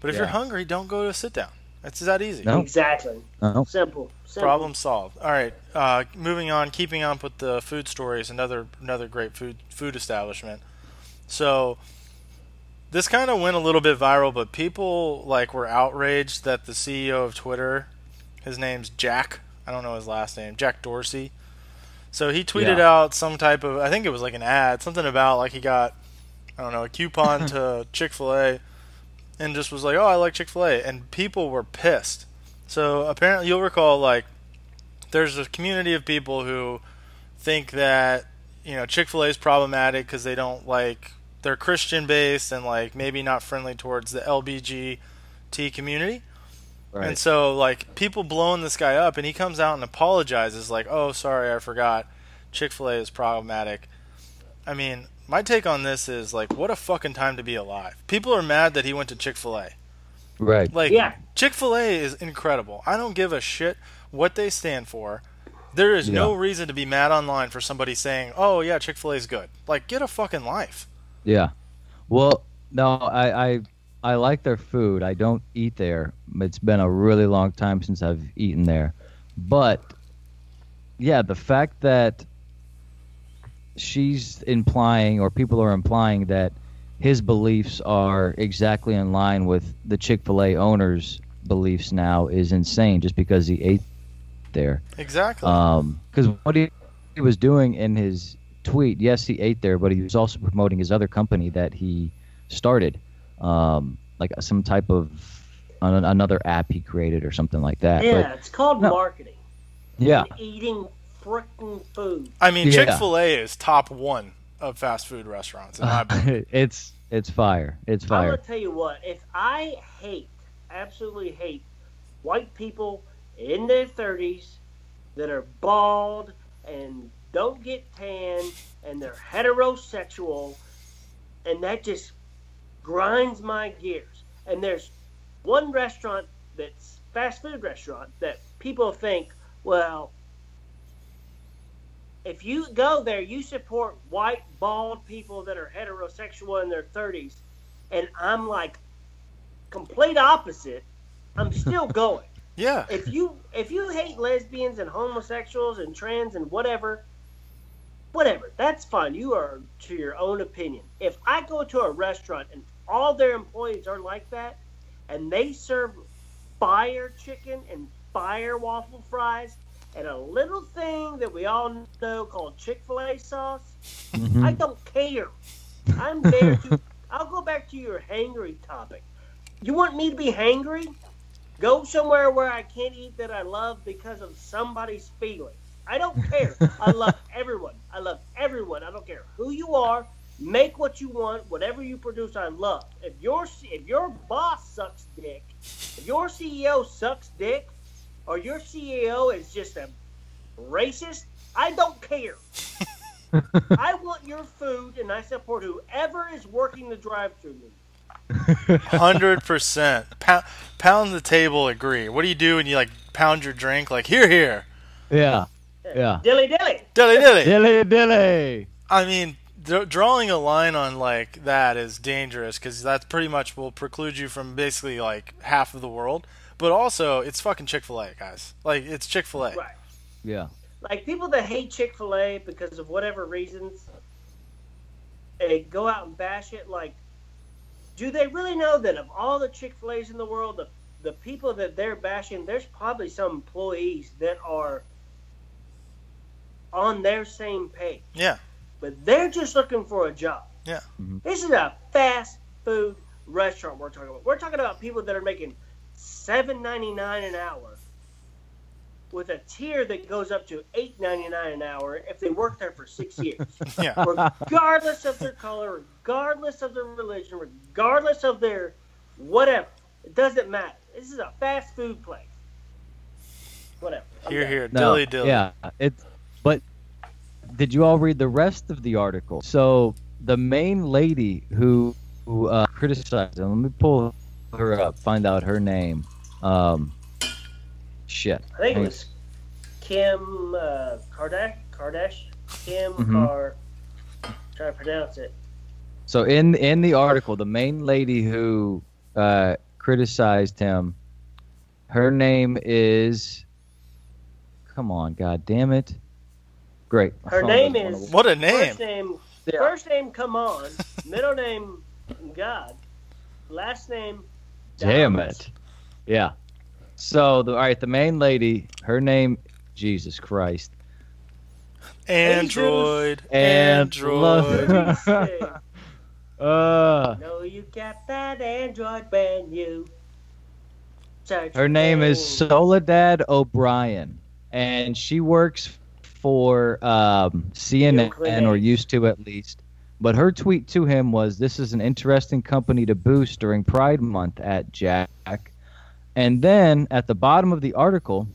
S2: But if you're
S1: Yeah.
S2: hungry, don't go to a sit down. It's that easy.
S1: No.
S3: Exactly.
S1: Oh,
S3: Simple. Simple.
S2: Problem solved. All right. Uh, moving on. Keeping on with the food stories. Another another great food food establishment. So this kind of went a little bit viral, but people like were outraged that the CEO of Twitter, his name's Jack. I don't know his last name. Jack Dorsey. So he tweeted
S1: Yeah.
S2: out some type of. I think it was like an ad. Something about like he got. I don't know a coupon to Chick Fil A, and just was like, "Oh, I like Chick Fil A," and people were pissed. So apparently, you'll recall like there's a community of people who think that you know Chick Fil A is problematic because they don't like they're Christian based and like maybe not friendly towards the LBGT community.
S1: right.
S2: And so like people blowing this guy up and he comes out and apologizes like, "Oh, sorry, I forgot. Chick-fil-A is problematic." I mean, my take on this is like what a fucking time to be alive. People are mad that he went to Chick-fil-A.
S1: right.
S2: Like
S3: Yeah.
S2: Chick-fil-A is incredible. I don't give a shit what they stand for. There is no reason to be mad online for somebody saying, "Oh, yeah, Chick-fil-A is good." Like get a fucking life.
S1: Yeah. Well, no, I, I I like their food. I don't eat there. It's been a really long time since I've eaten there. But yeah, the fact that she's implying or people are implying that his beliefs are exactly in line with the Chick-fil-A owner's beliefs now is insane just because he ate there.
S2: Exactly.
S1: Um, because what he, he was doing in his tweet, yes, he ate there, but he was also promoting his other company that he started, um, like some type of an, another app he created or something like that.
S3: Yeah, it's called
S1: No.
S3: marketing.
S1: But yeah,
S3: Eating frickin' food.
S2: I mean,
S1: Yeah.
S2: Chick-fil-A is top 1 of fast food restaurants in my book.
S1: it's it's fire. It's
S3: I'm
S1: fire.
S3: gonna tell you what. If I hate, absolutely hate, white people in their 30s that are bald and don't get tan and they're heterosexual, and that just grinds my gears. And there's one restaurant that's fast food restaurant that people think, well, if you go there, you support white bald people that are heterosexual in their 30s and I'm like complete opposite, I'm still going.
S2: Yeah.
S3: if you if you hate lesbians and homosexuals and trans and whatever, whatever, that's fine. You are to your own opinion. If I go to a restaurant and all their employees are like that, and they serve fire chicken and fire waffle fries and a little thing that we all know called Chick Fil A sauce. I
S1: Mhm.
S3: don't care. I'm there to. I'll go back to your hangry topic. You want me to be hangry? Go somewhere where I can't eat that I love because of somebody's feelings. I don't care. I love everyone. I love everyone. I don't care who you are. Make what you want. Whatever you produce, I love. If your if your boss sucks dick, if your CEO sucks dick, or your CEO is just a racist, I don't care. I want your food, and I support whoever is working the drive-through.
S2: Hundred percent. Pound, pound the table. Agree. What do you do when you like pound your drink? Like here, here,
S1: yeah, yeah.
S3: Dilly dilly.
S2: dilly dilly.
S1: Dilly dilly.
S2: I mean, d- drawing a line on like that is dangerous because that's pretty much will preclude you from basically like half of the world. But also, it's fucking Chick Fil A, guys. Like it's Chick Fil A.
S3: Right.
S1: Yeah.
S3: Like people that hate Chick Fil A because of whatever reasons, they go out and bash it. Like, do they really know that of all the Chick Fil A's in the world, the the people that they're bashing, there's probably some employees that are on their same page,
S2: Yeah.
S3: but they're just looking for a job.
S2: Yeah.
S1: Mhm.
S3: This is a fast food restaurant we're talking about. We're talking about people that are making seven ninety nine an hour with a tier that goes up to eight ninety nine an hour if they work there for six years.
S2: Yeah.
S3: regardless of their color, regardless of their religion, regardless of their whatever. It doesn't matter. This is a fast food place. Whatever. I'm
S2: Here,
S3: done.
S2: here.
S1: No,
S2: Dilly dilly.
S1: Yeah, it. But did you all read the rest of the article? So the main lady who who uh, criticized him. Let me pull her up. Find out her name. Um, shit.
S3: I think it
S1: Hang-
S3: was Kim uh, Kardash. Kardash. Kim
S1: Mhm.
S3: or trying to pronounce it.
S1: So in in the article, the main lady who uh, criticized him, her name is. Come on, god damn it! Great. my
S3: Her
S1: phone
S3: name
S1: doesn't wanna
S3: is-
S1: work.
S2: What a name.
S3: First name.
S1: Yeah.
S3: First name. Come on. Middle name. God. Last name.
S1: Damn
S3: Downs.
S1: it! Yeah. So the all right, the main lady, her name, Jesus Christ,
S2: Android.
S1: Android.
S2: Android.
S3: Thirty six.
S1: uh,
S3: No, you got that Android menu. Search
S1: her name is
S3: name.
S1: Soledad O'Brien, and she works for um, CNN or
S3: Euclid.
S1: used to at least. But her tweet to him was, "This is an interesting company to boost during Pride Month at Jack." And then at the bottom of the article,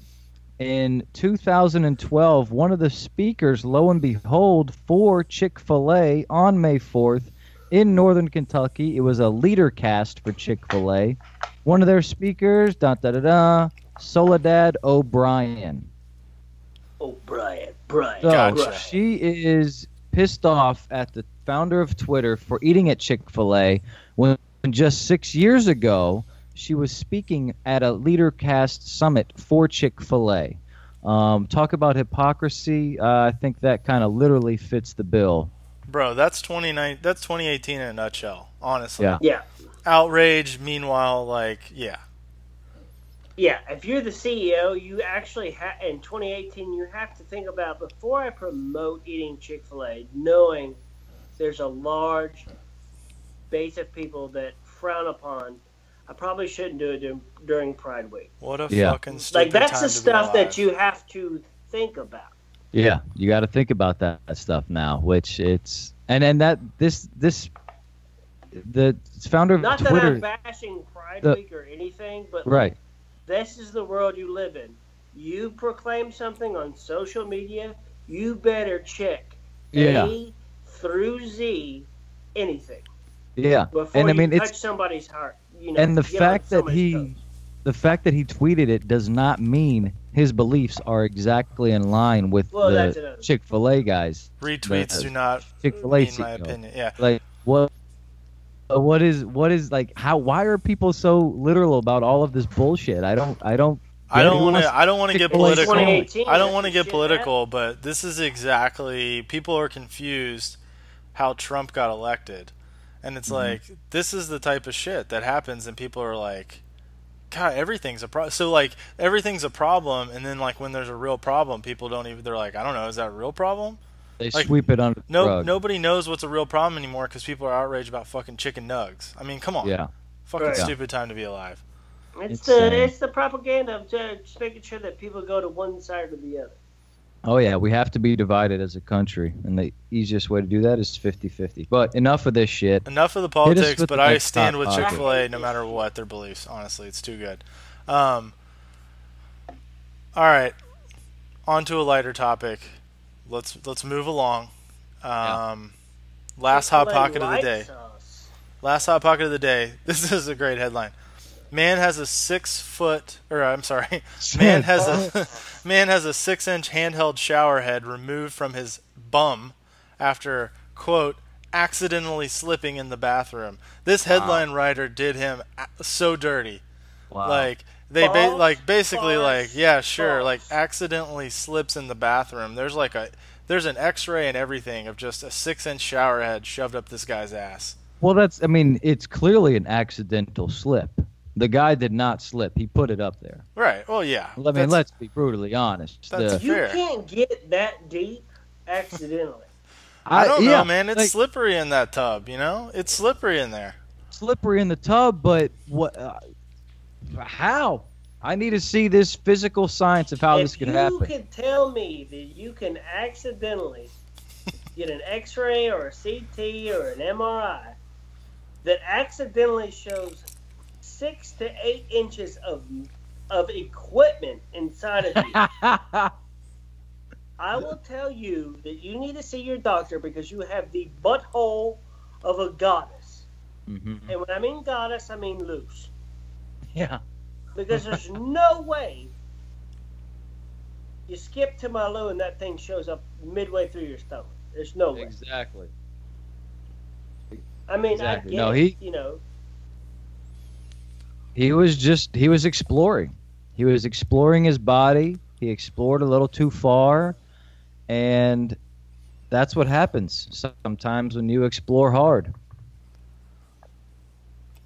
S1: in 2012, one of the speakers, lo and behold, for Chick fil A on May 4th in Northern Kentucky, it was a leader cast for Chick fil A. One of their speakers, da da da da, Soledad O'Brien.
S3: Oh, Brian, Brian.
S1: So
S2: Gotcha.
S1: she is pissed off at the founder of Twitter for eating at Chick fil A when when just six years ago she was speaking at a LeaderCast summit for Chick fil A. Um, talk about hypocrisy. Uh, I think that kind of literally fits the bill.
S2: Bro, that's 29 that's 2018 in a nutshell, honestly.
S1: Yeah.
S3: Yeah,
S2: Outrage meanwhile like, yeah.
S3: yeah. If you're the CEO, you actually ha- in 2018, you have to think about before I promote eating Chick Fil A, knowing there's a large base of people that frown upon. I probably shouldn't do it dur- during Pride Week.
S2: What a
S1: Yeah.
S2: fucking stupid
S3: Like that's
S2: time
S3: the
S2: to be
S3: stuff that
S2: alive.
S3: you have to think about.
S1: Yeah, you got to think about that stuff now. Which it's and and that this this the founder of
S3: Not that I'm
S1: Hmm. Twitter.
S3: bashing Pride
S1: The-
S3: Week or anything, but
S1: Right.
S3: this is the world you live in. You proclaim something on social media, you better check
S1: Yeah.
S3: A through Z anything
S1: Yeah.
S3: before
S1: And I mean
S3: you
S1: it's
S3: touch somebody's heart. You know,
S1: and the
S3: get on
S1: fact that
S3: somebody's
S1: he
S3: toes.
S1: the fact that he tweeted it does not mean his beliefs are exactly in line with
S3: Well, that's
S1: the
S3: another-
S1: chick-fil-a guys
S2: retweets
S1: the
S2: do not
S1: chick-fil-a
S2: mean my
S1: CEO.
S2: opinion. Yeah.
S1: like what uh, what is what is like how why are people so literal about all of this bullshit i don't i don't
S2: I don't
S1: Who
S2: want
S1: wants
S2: to. I don't want to get
S1: Chick-fil-A
S2: political.
S1: only?
S2: I don't want to get
S3: That's shit,
S2: political, but this is exactly people are confused how Trump got elected, and
S1: Mm-hmm.
S2: it's like this is the type of shit that happens, and people are like, "God, everything's a problem." So like everything's a problem, and then like when there's a real problem, people don't even. They're like, "I don't know, is that a real problem?"
S1: they
S2: Like,
S1: sweep it under the
S2: No,
S1: rug
S2: nobody knows what's a real problem anymore because people are outraged about fucking chicken nugs. I mean, come on,
S1: yeah
S2: fucking
S3: Right.
S2: stupid time to be alive.
S3: It's,
S1: It's,
S3: the
S1: uh,
S3: it's the propaganda of ju- just making sure that people go to one side or the other.
S1: oh yeah we have to be divided as a country and the easiest way to do that is 50-50 but enough of this shit
S2: Enough of the
S1: us
S2: politics,
S1: with
S2: but
S1: the
S2: I
S1: next
S2: stand
S1: hot
S2: with
S1: topic.
S2: Chick Fil A no matter what their beliefs. Honestly, it's too good. Um, all right, on to a lighter topic. Let's let's move along. Um, Last hot
S3: Chick-fil-A
S2: pocket of the
S3: light
S2: day.
S3: sauce.
S2: Last hot pocket of the day. This is a great headline. Man has a six foot, or I'm sorry, man has
S1: Oh.
S2: a man has a six inch handheld shower head removed from his bum after quote accidentally slipping in the bathroom. This headline writer did him a- so dirty.
S1: Wow.
S2: Like they ba-
S3: False,
S2: like basically
S3: false,
S2: like yeah sure
S3: false.
S2: like accidentally slips in the bathroom. There's like a there's an X-ray and everything of just a six inch shower head shoved up this guy's ass.
S1: Well, that's. I mean, it's clearly an accidental slip. The guy did not slip. He put it up there.
S2: Right. Well, yeah.
S1: I mean,
S2: That's-
S1: let's be brutally honest. Uh,
S2: That's
S1: The-
S3: You
S2: Fair.
S3: can't get that deep accidentally.
S2: I don't
S1: yeah,
S2: know, man. It's
S1: like,
S2: slippery in that tub. You know, it's slippery in there.
S1: slippery in the tub, but what? Uh, how? I need to see this physical science of how
S3: if
S1: this could
S3: you
S1: happen.
S3: could tell me that you can accidentally get an X-ray or a CT or an MRI that accidentally shows six to eight inches of of equipment inside of you, I will tell you that you need to see your doctor because you have the butthole of a goddess.
S1: Mhm.
S3: And when I mean goddess, I mean loose.
S1: Yeah.
S3: Because there's no way you skip to my loo and that thing shows up midway through your stomach. There's no way.
S1: Exactly.
S3: I mean,
S1: exactly.
S3: I get
S1: No,
S3: it,
S1: he-
S3: you know,
S1: He was just he was exploring. He was exploring his body. He explored a little too far, and that's what happens sometimes when you explore hard.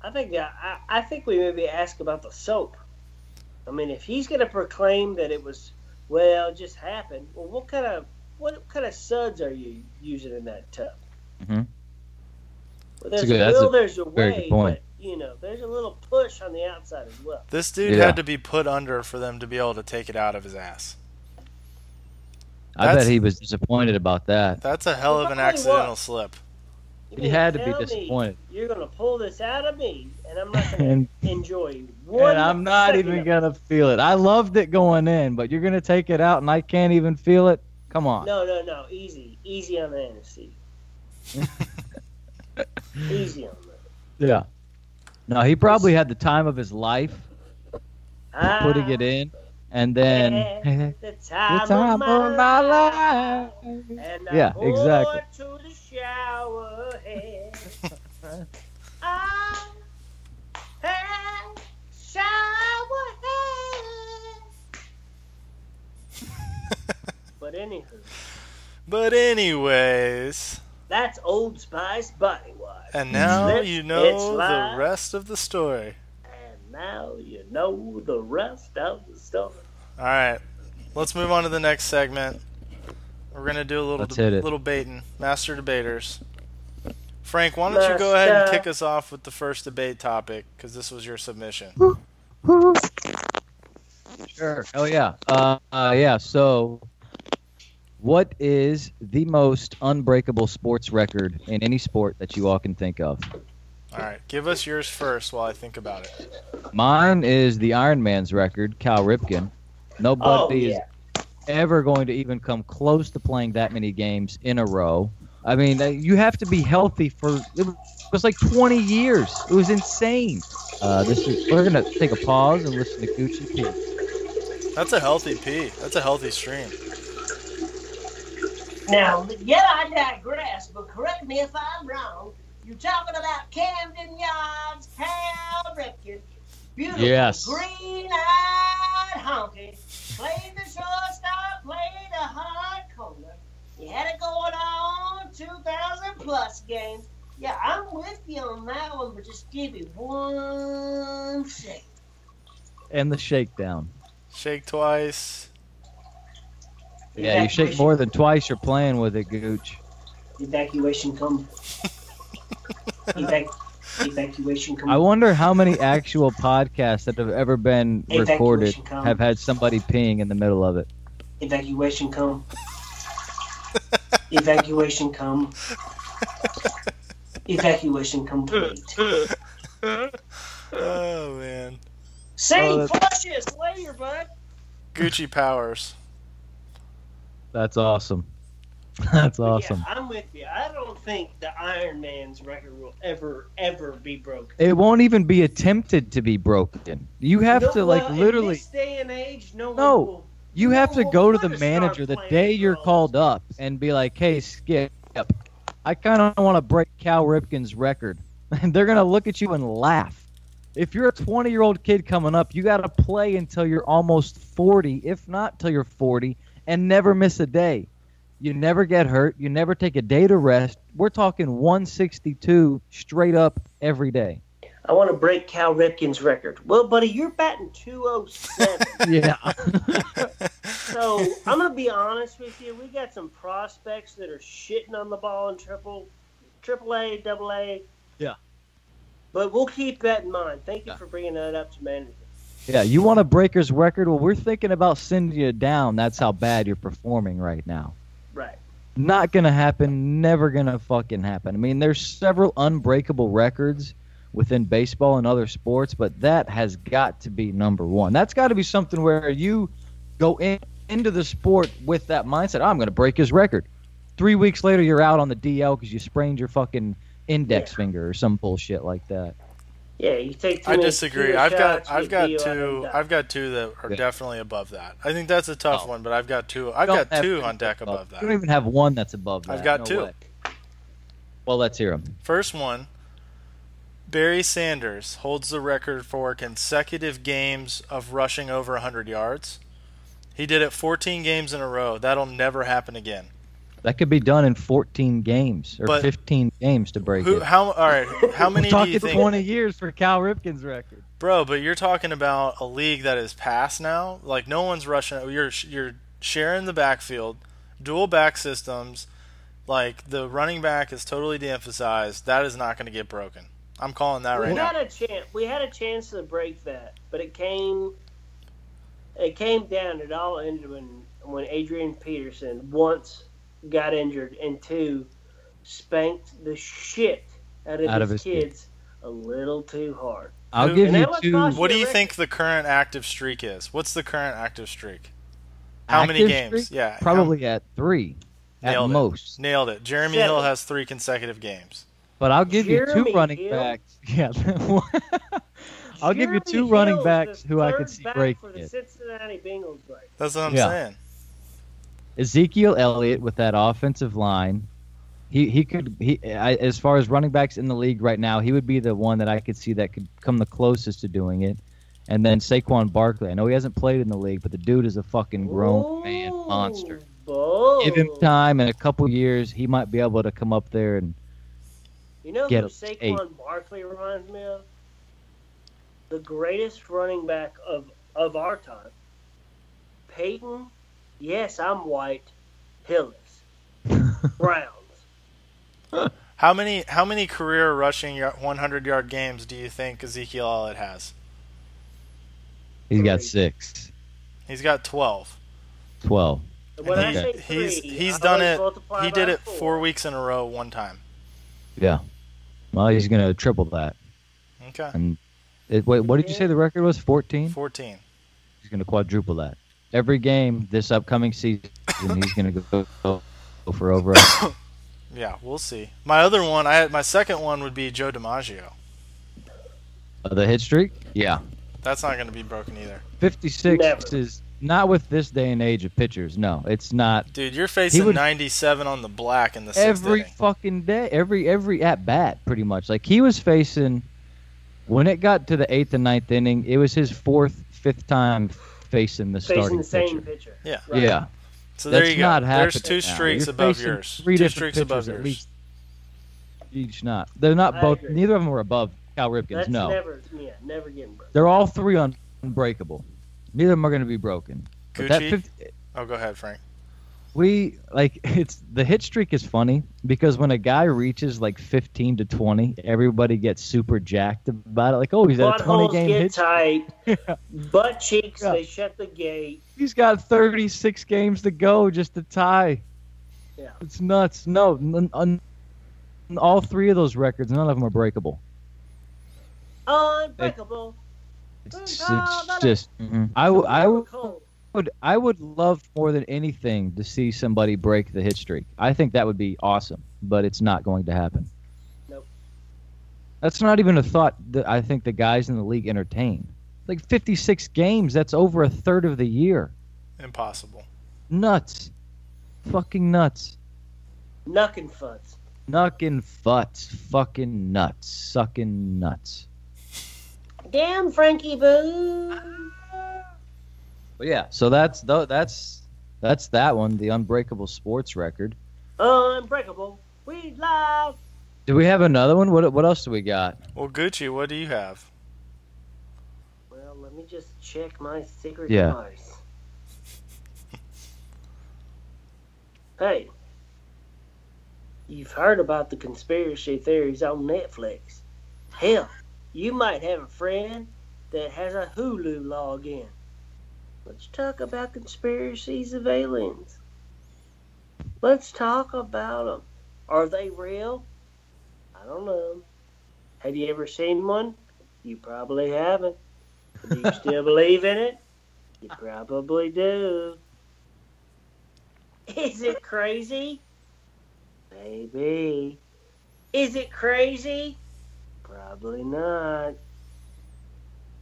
S3: I think I, I think we maybe ask about the soap. I mean, if he's going to proclaim that it was well, it just happened. Well, what kind of what kind of suds are you using in that tub?
S1: Mhm. That's
S3: Well, there's
S1: a
S3: a,
S1: good- that's
S3: will,
S1: a
S3: there's a
S1: very good
S3: way,
S1: point.
S3: but you know, there's a little push on the outside as well.
S2: This dude
S1: Yeah.
S2: had to be put under for them to be able to take it out of his ass.
S1: I bet
S2: That's-
S1: he was disappointed about that.
S2: That's a hell of an
S3: Well, what?
S2: accidental slip.
S3: You
S1: He
S3: mean
S1: had to be
S3: tell me
S1: disappointed,
S3: You're gonna pull this out of me, and I'm not gonna
S1: and
S3: enjoy one.
S1: and I'm not
S3: second
S1: even
S3: of
S1: gonna feel it. I loved it going in, but you're gonna take it out, and I can't even feel it. Come
S3: it.
S1: on.
S3: No, no, no. Easy, easy on the anesthesia. easy on that.
S1: Yeah. No, he probably had the time of his life putting it in, and then
S3: The
S1: the
S3: time,
S1: time
S3: of my,
S1: of my life.
S3: And
S1: Yeah,
S3: I go
S1: exactly.
S3: To the shower head. I had shower head. But anywho,
S2: But anyways,
S3: that's Old Spice body wash.
S1: Mm.
S2: and now
S3: Slip,
S2: you
S3: it's
S2: know the
S3: live.
S2: rest of the story.
S3: And now you know the rest of the
S1: Oh,
S3: story.
S2: All right, let's move on to the next segment. We're gonna do a little
S1: Let's hit it.
S2: little baiting, master debaters. Frank, why don't you go ahead and
S3: Master.
S2: kick us off with the first debate topic because this was your submission.
S1: Sure. Hell yeah. Uh, uh, yeah. So, what is the most unbreakable sports record in any sport that you all can think of?
S2: All right, give us yours first while I think about it.
S1: Mine is the Ironman's record, Cal Ripken. Nobody is ever going to even come close to playing that many games in a row. I mean, uh, you have to be healthy for it was like 20 years. It was insane. Uh, this is we're gonna take a pause and listen to Gucci P.
S2: That's a healthy pee. That's a healthy stream.
S3: Now, yeah, I digress, but correct me if I'm wrong. You're talking about Camden Yards, Cal Ripken. Beautiful
S1: Yes.
S3: green-eyed honky. Played the shortstop, played a hard corner. You had it going on, 2,000 plus games. Yeah, I'm with you on that one, but just give me one second.
S1: and the shakedown.
S2: Shake twice.
S1: Yeah, you shake more than twice. You're playing with it, Gooch.
S3: Evacuation come. evacuation come.
S1: I wonder how many actual podcasts that have ever been
S3: Hey, thank you,
S1: recorded
S3: Ocean County.
S1: have had somebody peeing in the middle of it.
S3: Evacuation come. Evacuation come. Evacuation complete.
S2: Oh man,
S3: Same
S1: Oh,
S3: flushes later, bud.
S2: Gucci powers.
S1: That's awesome. That's awesome.
S3: Yeah, I'm with you. I don't think the Iron Man's record will ever, ever be broken.
S1: It won't even be attempted to be broken. You have
S3: No-
S1: to like
S3: well, In
S1: literally.
S3: this day and age, no. one
S1: No.
S3: will-
S1: You
S3: no
S1: have to
S3: one
S1: go to
S3: would
S1: the
S3: start
S1: manager the
S3: playing
S1: day you're
S3: football.
S1: called up and be like, "Hey, Skip, I kind of want to break Cal Ripken's record," and they're gonna look at you and laugh. If you're a 20 year old kid coming up, you got to play until you're almost 40, if not till you're 40, and never miss a day. You never get hurt. You never take a day to rest. We're talking 162 straight up every day.
S3: I want to break Cal Ripken's record. Well, buddy, you're batting 207.
S1: Yeah.
S3: so I'm gonna be honest with you. We got some prospects that are shitting on the ball in triple, triple A, double A.
S1: Yeah.
S3: But we'll keep that in mind. Thank you for bringing that up to management.
S1: yeah. You want a breaker's record? Well, we're thinking about sending you down. That's how bad you're performing right now.
S3: Right.
S1: Not gonna happen. Never gonna fucking happen. I mean, there's several unbreakable records within baseball and other sports, but that has got to be number one. That's got to be something where you go in, into the sport with that mindset. I'm gonna break his record. Three weeks later, you're out on the DL because you sprained your fucking index
S3: Yeah.
S1: finger or some bullshit like that.
S3: Yeah, you take.
S2: I
S3: Too many
S2: disagree.
S3: tequila
S2: I've
S3: shots
S2: got I've
S3: with
S2: got
S3: DUI on
S2: two
S3: deck.
S2: I've got two that are
S1: Yeah.
S2: definitely above that. I think that's a tough
S1: Oh.
S2: one, but I've got two. I've
S1: don't
S2: got
S1: have
S2: two
S1: to
S2: on deck
S1: go
S2: above
S1: You don't
S2: that.
S1: even have one that's above that.
S2: I've got
S1: No
S2: two.
S1: way. Well, let's hear them.
S2: First one, Barry Sanders holds the record for consecutive games of rushing over 100 yards. He did it 14 games in a row. That'll never happen again.
S1: That could be done in 14 games or
S2: But-
S1: 15 games to break
S2: Who?
S1: it.
S2: How? All right. How
S1: We're
S2: many do
S1: talking
S2: you think?
S1: 20 years for Cal Ripken's record.
S2: Bro, but you're talking about a league that is passed now. Like no one's rushing. You're you're sharing the backfield, dual back systems. Like the running back is totally de-emphasized. That is not going to get broken. I'm calling that right
S3: we
S2: now.
S3: had a chance. We had a chance to break that, but it came. It came down. It all ended when when Adrian Peterson once got injured and two spanked the shit out of,
S1: Out of
S3: his,
S1: his
S3: kids a little too hard.
S1: I'll
S2: Who-
S1: give
S3: And
S1: you
S3: that was
S1: two
S3: Josh-
S2: What do
S3: Yeah,
S2: you
S3: right.
S2: think the current active streak is? What's the current active streak? How many
S1: active
S2: games?
S1: streaks?
S2: Yeah, how-
S1: Probably at three at
S2: Nailed it.
S1: most.
S2: nailed it. Jeremy
S3: Seven.
S2: Hill has three consecutive games.
S1: But I'll give you
S3: Jeremy
S1: two running
S3: Hill?
S1: backs. Yeah. I'll give you two
S3: Jeremy
S1: running
S3: Hill's
S1: backs
S3: the
S1: who I
S3: third
S1: could see
S3: back
S1: break
S3: for the
S1: it.
S3: Cincinnati Bengals right
S2: That's what I'm
S1: Yeah.
S2: saying.
S1: Ezekiel Elliott with that offensive line. He, he could he I, as far as running backs in the league right now, he would be the one that I could see that could come the closest to doing it. And then Saquon Barkley. I know he hasn't played in the league, but the dude is a fucking grown man monster.
S3: Whoa.
S1: Give him time in a couple years, he might be able to come up there and
S3: You know
S1: Get
S3: who
S1: him.
S3: Saquon
S1: Eight.
S3: Barkley reminds me of? The greatest running back of, of our time. Peyton, yes, I'm white. Hillis. Browns.
S2: How many how many career rushing 100 yard games do you think Ezekiel Elliott has?
S1: he's got
S3: Three.
S1: six,
S2: He's got 12.
S1: 12.
S3: And when I
S1: Okay.
S3: say three,
S2: He's he's
S3: I
S2: done
S3: always
S2: it.
S3: multiply
S2: He
S3: by
S2: did it
S3: four.
S2: four weeks in a row one time.
S1: Yeah. Well, he's going to triple that.
S2: Okay.
S1: It, wait, what did you say the record was? 14?
S2: 14.
S1: He's going to quadruple that. Every game this upcoming season, he's going to go, go for over.
S2: Yeah, we'll see. My other one, I my second one would be Joe DiMaggio.
S1: Uh, the hit streak? Yeah.
S2: That's not going to be broken either.
S1: 56
S3: Never.
S1: is not with this day and age of pitchers. No, it's not.
S2: Dude, you're facing
S1: would-
S2: 97 on the black in the sixth
S1: every
S2: inning.
S1: fucking day, every every at bat, pretty much. Like he was facing when it got to the eighth and ninth inning, it was his fourth, fifth time facing the
S3: Facing
S1: starting
S3: the same
S1: pitcher.
S3: pitcher.
S2: Yeah.
S3: Right.
S1: Yeah,
S2: So there
S1: that's
S2: you go.
S1: not happening.
S2: There's two
S1: now.
S2: streaks
S1: You're
S2: above
S1: facing
S2: yours.
S1: Three
S2: two
S1: different
S2: streaks
S1: pitchers
S2: above
S1: at
S2: yours.
S1: least. Each not. They're not
S3: I
S1: both.
S3: agree.
S1: Neither of them are above Cal Ripkins.
S3: That's
S1: no,
S3: never, yeah, never getting broken.
S1: they're all three un- unbreakable. Neither of them are going to be broken. But that
S2: Gucci?
S1: 50
S2: Oh, go ahead, Frank.
S1: we like it's the hit streak is funny because when a guy reaches like 15 to 20 everybody gets super jacked about it like oh he's at a 20
S3: Buttholes
S1: game
S3: get
S1: hit streak.
S3: tight. Butt cheeks,
S1: Yeah.
S3: they shut the gate.
S1: he's got 36 games to go just to tie
S3: Yeah.
S1: it's nuts no n- n- n- all three of those records none of them are breakable
S3: Unbreakable.
S1: it's,
S3: Good
S1: it's
S3: God,
S1: just I, w- I w-
S3: Cold.
S1: would I would love more than anything to see somebody break the hit streak. I think that would be awesome, but it's not going to happen.
S3: Nope.
S1: That's not even a thought that I think the guys in the league entertain. Like 56 games, that's over a third of the year.
S2: Impossible.
S1: Nuts. Fucking nuts.
S3: Knuckin' futs.
S1: Nuckin' futs. Fucking nuts. Sucking nuts.
S3: Damn, Frankie Boo.
S1: But yeah, so that's tho- that's that's that one, the unbreakable sports record.
S3: Unbreakable. We live.
S1: Do we have another one? What what else do we got?
S2: Well, Gucci, what do you have?
S3: Well, let me just check my secret
S1: Yeah.
S3: device. hey, you've heard about the conspiracy theories on Netflix. Hell, you might have a friend that has a Hulu login. Let's talk about conspiracies of aliens. Let's talk about them. Are they real? I don't know. Have you ever seen one? You probably haven't. Do you still believe in it? You probably do. Is it crazy? Maybe. Is it crazy? Probably not.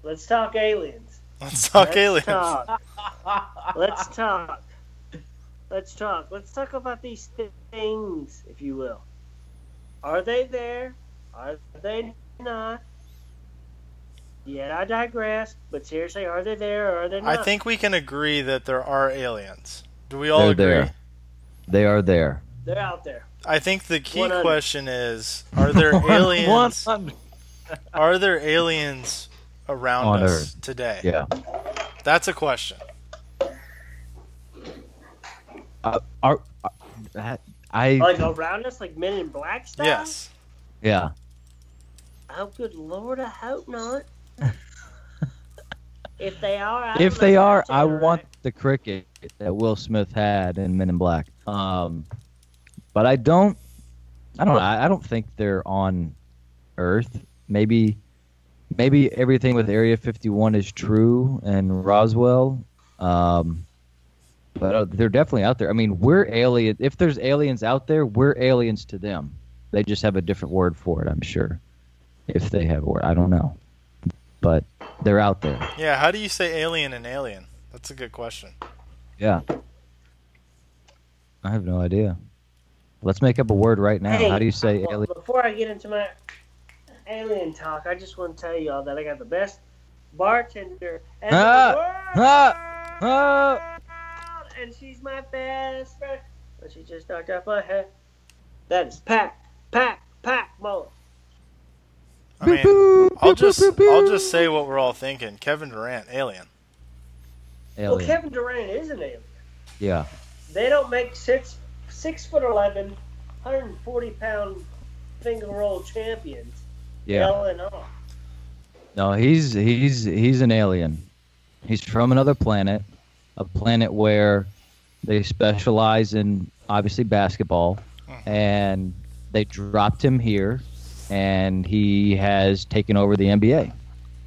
S3: Let's talk aliens.
S2: Let's talk
S3: Let's
S2: aliens.
S3: Talk. Let's talk. Let's talk. Let's talk about these th- things, if you will. Are they there? Are they not? Yeah, I digress. But seriously, are they there or are they not?
S2: I think we can agree that there are aliens. Do we all
S1: They're
S2: agree?
S1: there. They are there.
S3: they're out there.
S2: I think the key
S3: One hundred.
S2: question is: Are there
S1: One
S2: aliens?
S1: hundred.
S2: Are there aliens around
S1: On
S2: us today?
S1: Yeah.
S2: That's a question.
S1: Uh, are, are- that, I
S3: Like around us, like men in black style?
S2: Yes.
S1: yeah.
S3: Oh, good lord, I hope not. if they are, I
S1: If
S3: don't
S1: they
S3: know
S1: are,
S3: what's
S1: I
S3: in there,
S1: want
S3: right?
S1: the cricket that Will Smith had in Men in Black. Um, but I don't. I don't. I I don't think they're on Earth. Maybe, maybe everything with Area 51 is true and Roswell. Um, but uh, they're definitely out there. I mean, we're alien. If there's aliens out there, we're aliens to them. They just have a different word for it. I'm sure. If they have a word, I don't know. But they're out there.
S2: Yeah. How do you say alien and alien? That's a good question.
S1: Yeah. I have no idea. Let's make up a word right now.
S3: Hey,
S1: How do you say
S3: well,
S1: alien?
S3: Before I get into my alien talk, I just want to tell y'all that I got the best bartender in
S1: Ah,
S3: the world,
S1: ah, ah.
S3: and she's my best friend. But she just knocked off my head. That is pack, pack, pack, Muller.
S2: I mean, I'll just I'll just say what we're all thinking. Kevin Durant, alien.
S3: Well,
S1: Alien.
S3: Kevin Durant is an alien.
S1: Yeah.
S3: They don't make six six foot eleven, 140 pound finger roll champions.
S1: Yeah.
S3: L and R.
S1: No, he's he's he's an alien. He's from another planet, a planet where they specialize in obviously basketball,
S2: Mm-hmm.
S1: and they dropped him here, and he has taken over the NBA,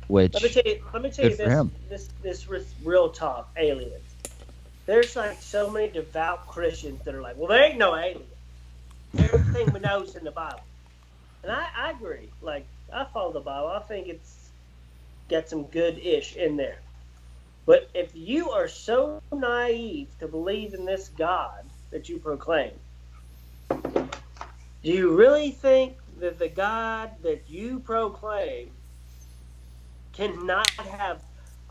S1: which
S3: Let me tell you. Let me tell
S1: Good
S3: you
S1: for
S3: this,
S1: him.
S3: this. This was real talk. Aliens. There's like so many devout Christians that are like, well, there ain't no aliens. Everything we know is in the Bible, and I, I agree. Like I follow the Bible. I think it's got some good ish in there. But if you are so naive to believe in this God that you proclaim, do you really think that the God that you proclaim cannot have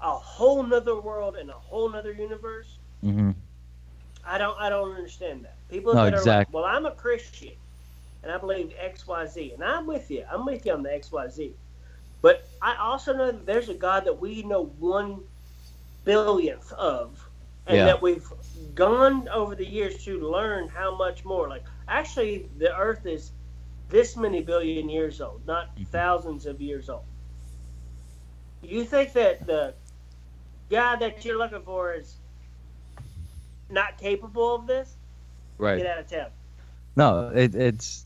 S3: a whole nother world and a whole nother universe.
S1: Mhm.
S3: I don't I don't understand that. People
S1: No,
S3: that
S1: exact-
S3: are like, well, I'm a Christian and I believe X Y Z, and I'm with you. I'm with you on the X Y Z. But I also know that there's a God that we know one billionth of, and
S1: Yeah.
S3: that we've gone over the years to learn how much more. Like actually, the Earth is this many billion years old, not
S1: Mm-hmm.
S3: thousands of years old. You think that the guy that you're looking for is not capable of this?
S1: Right.
S3: Get out of town.
S1: No, it, it's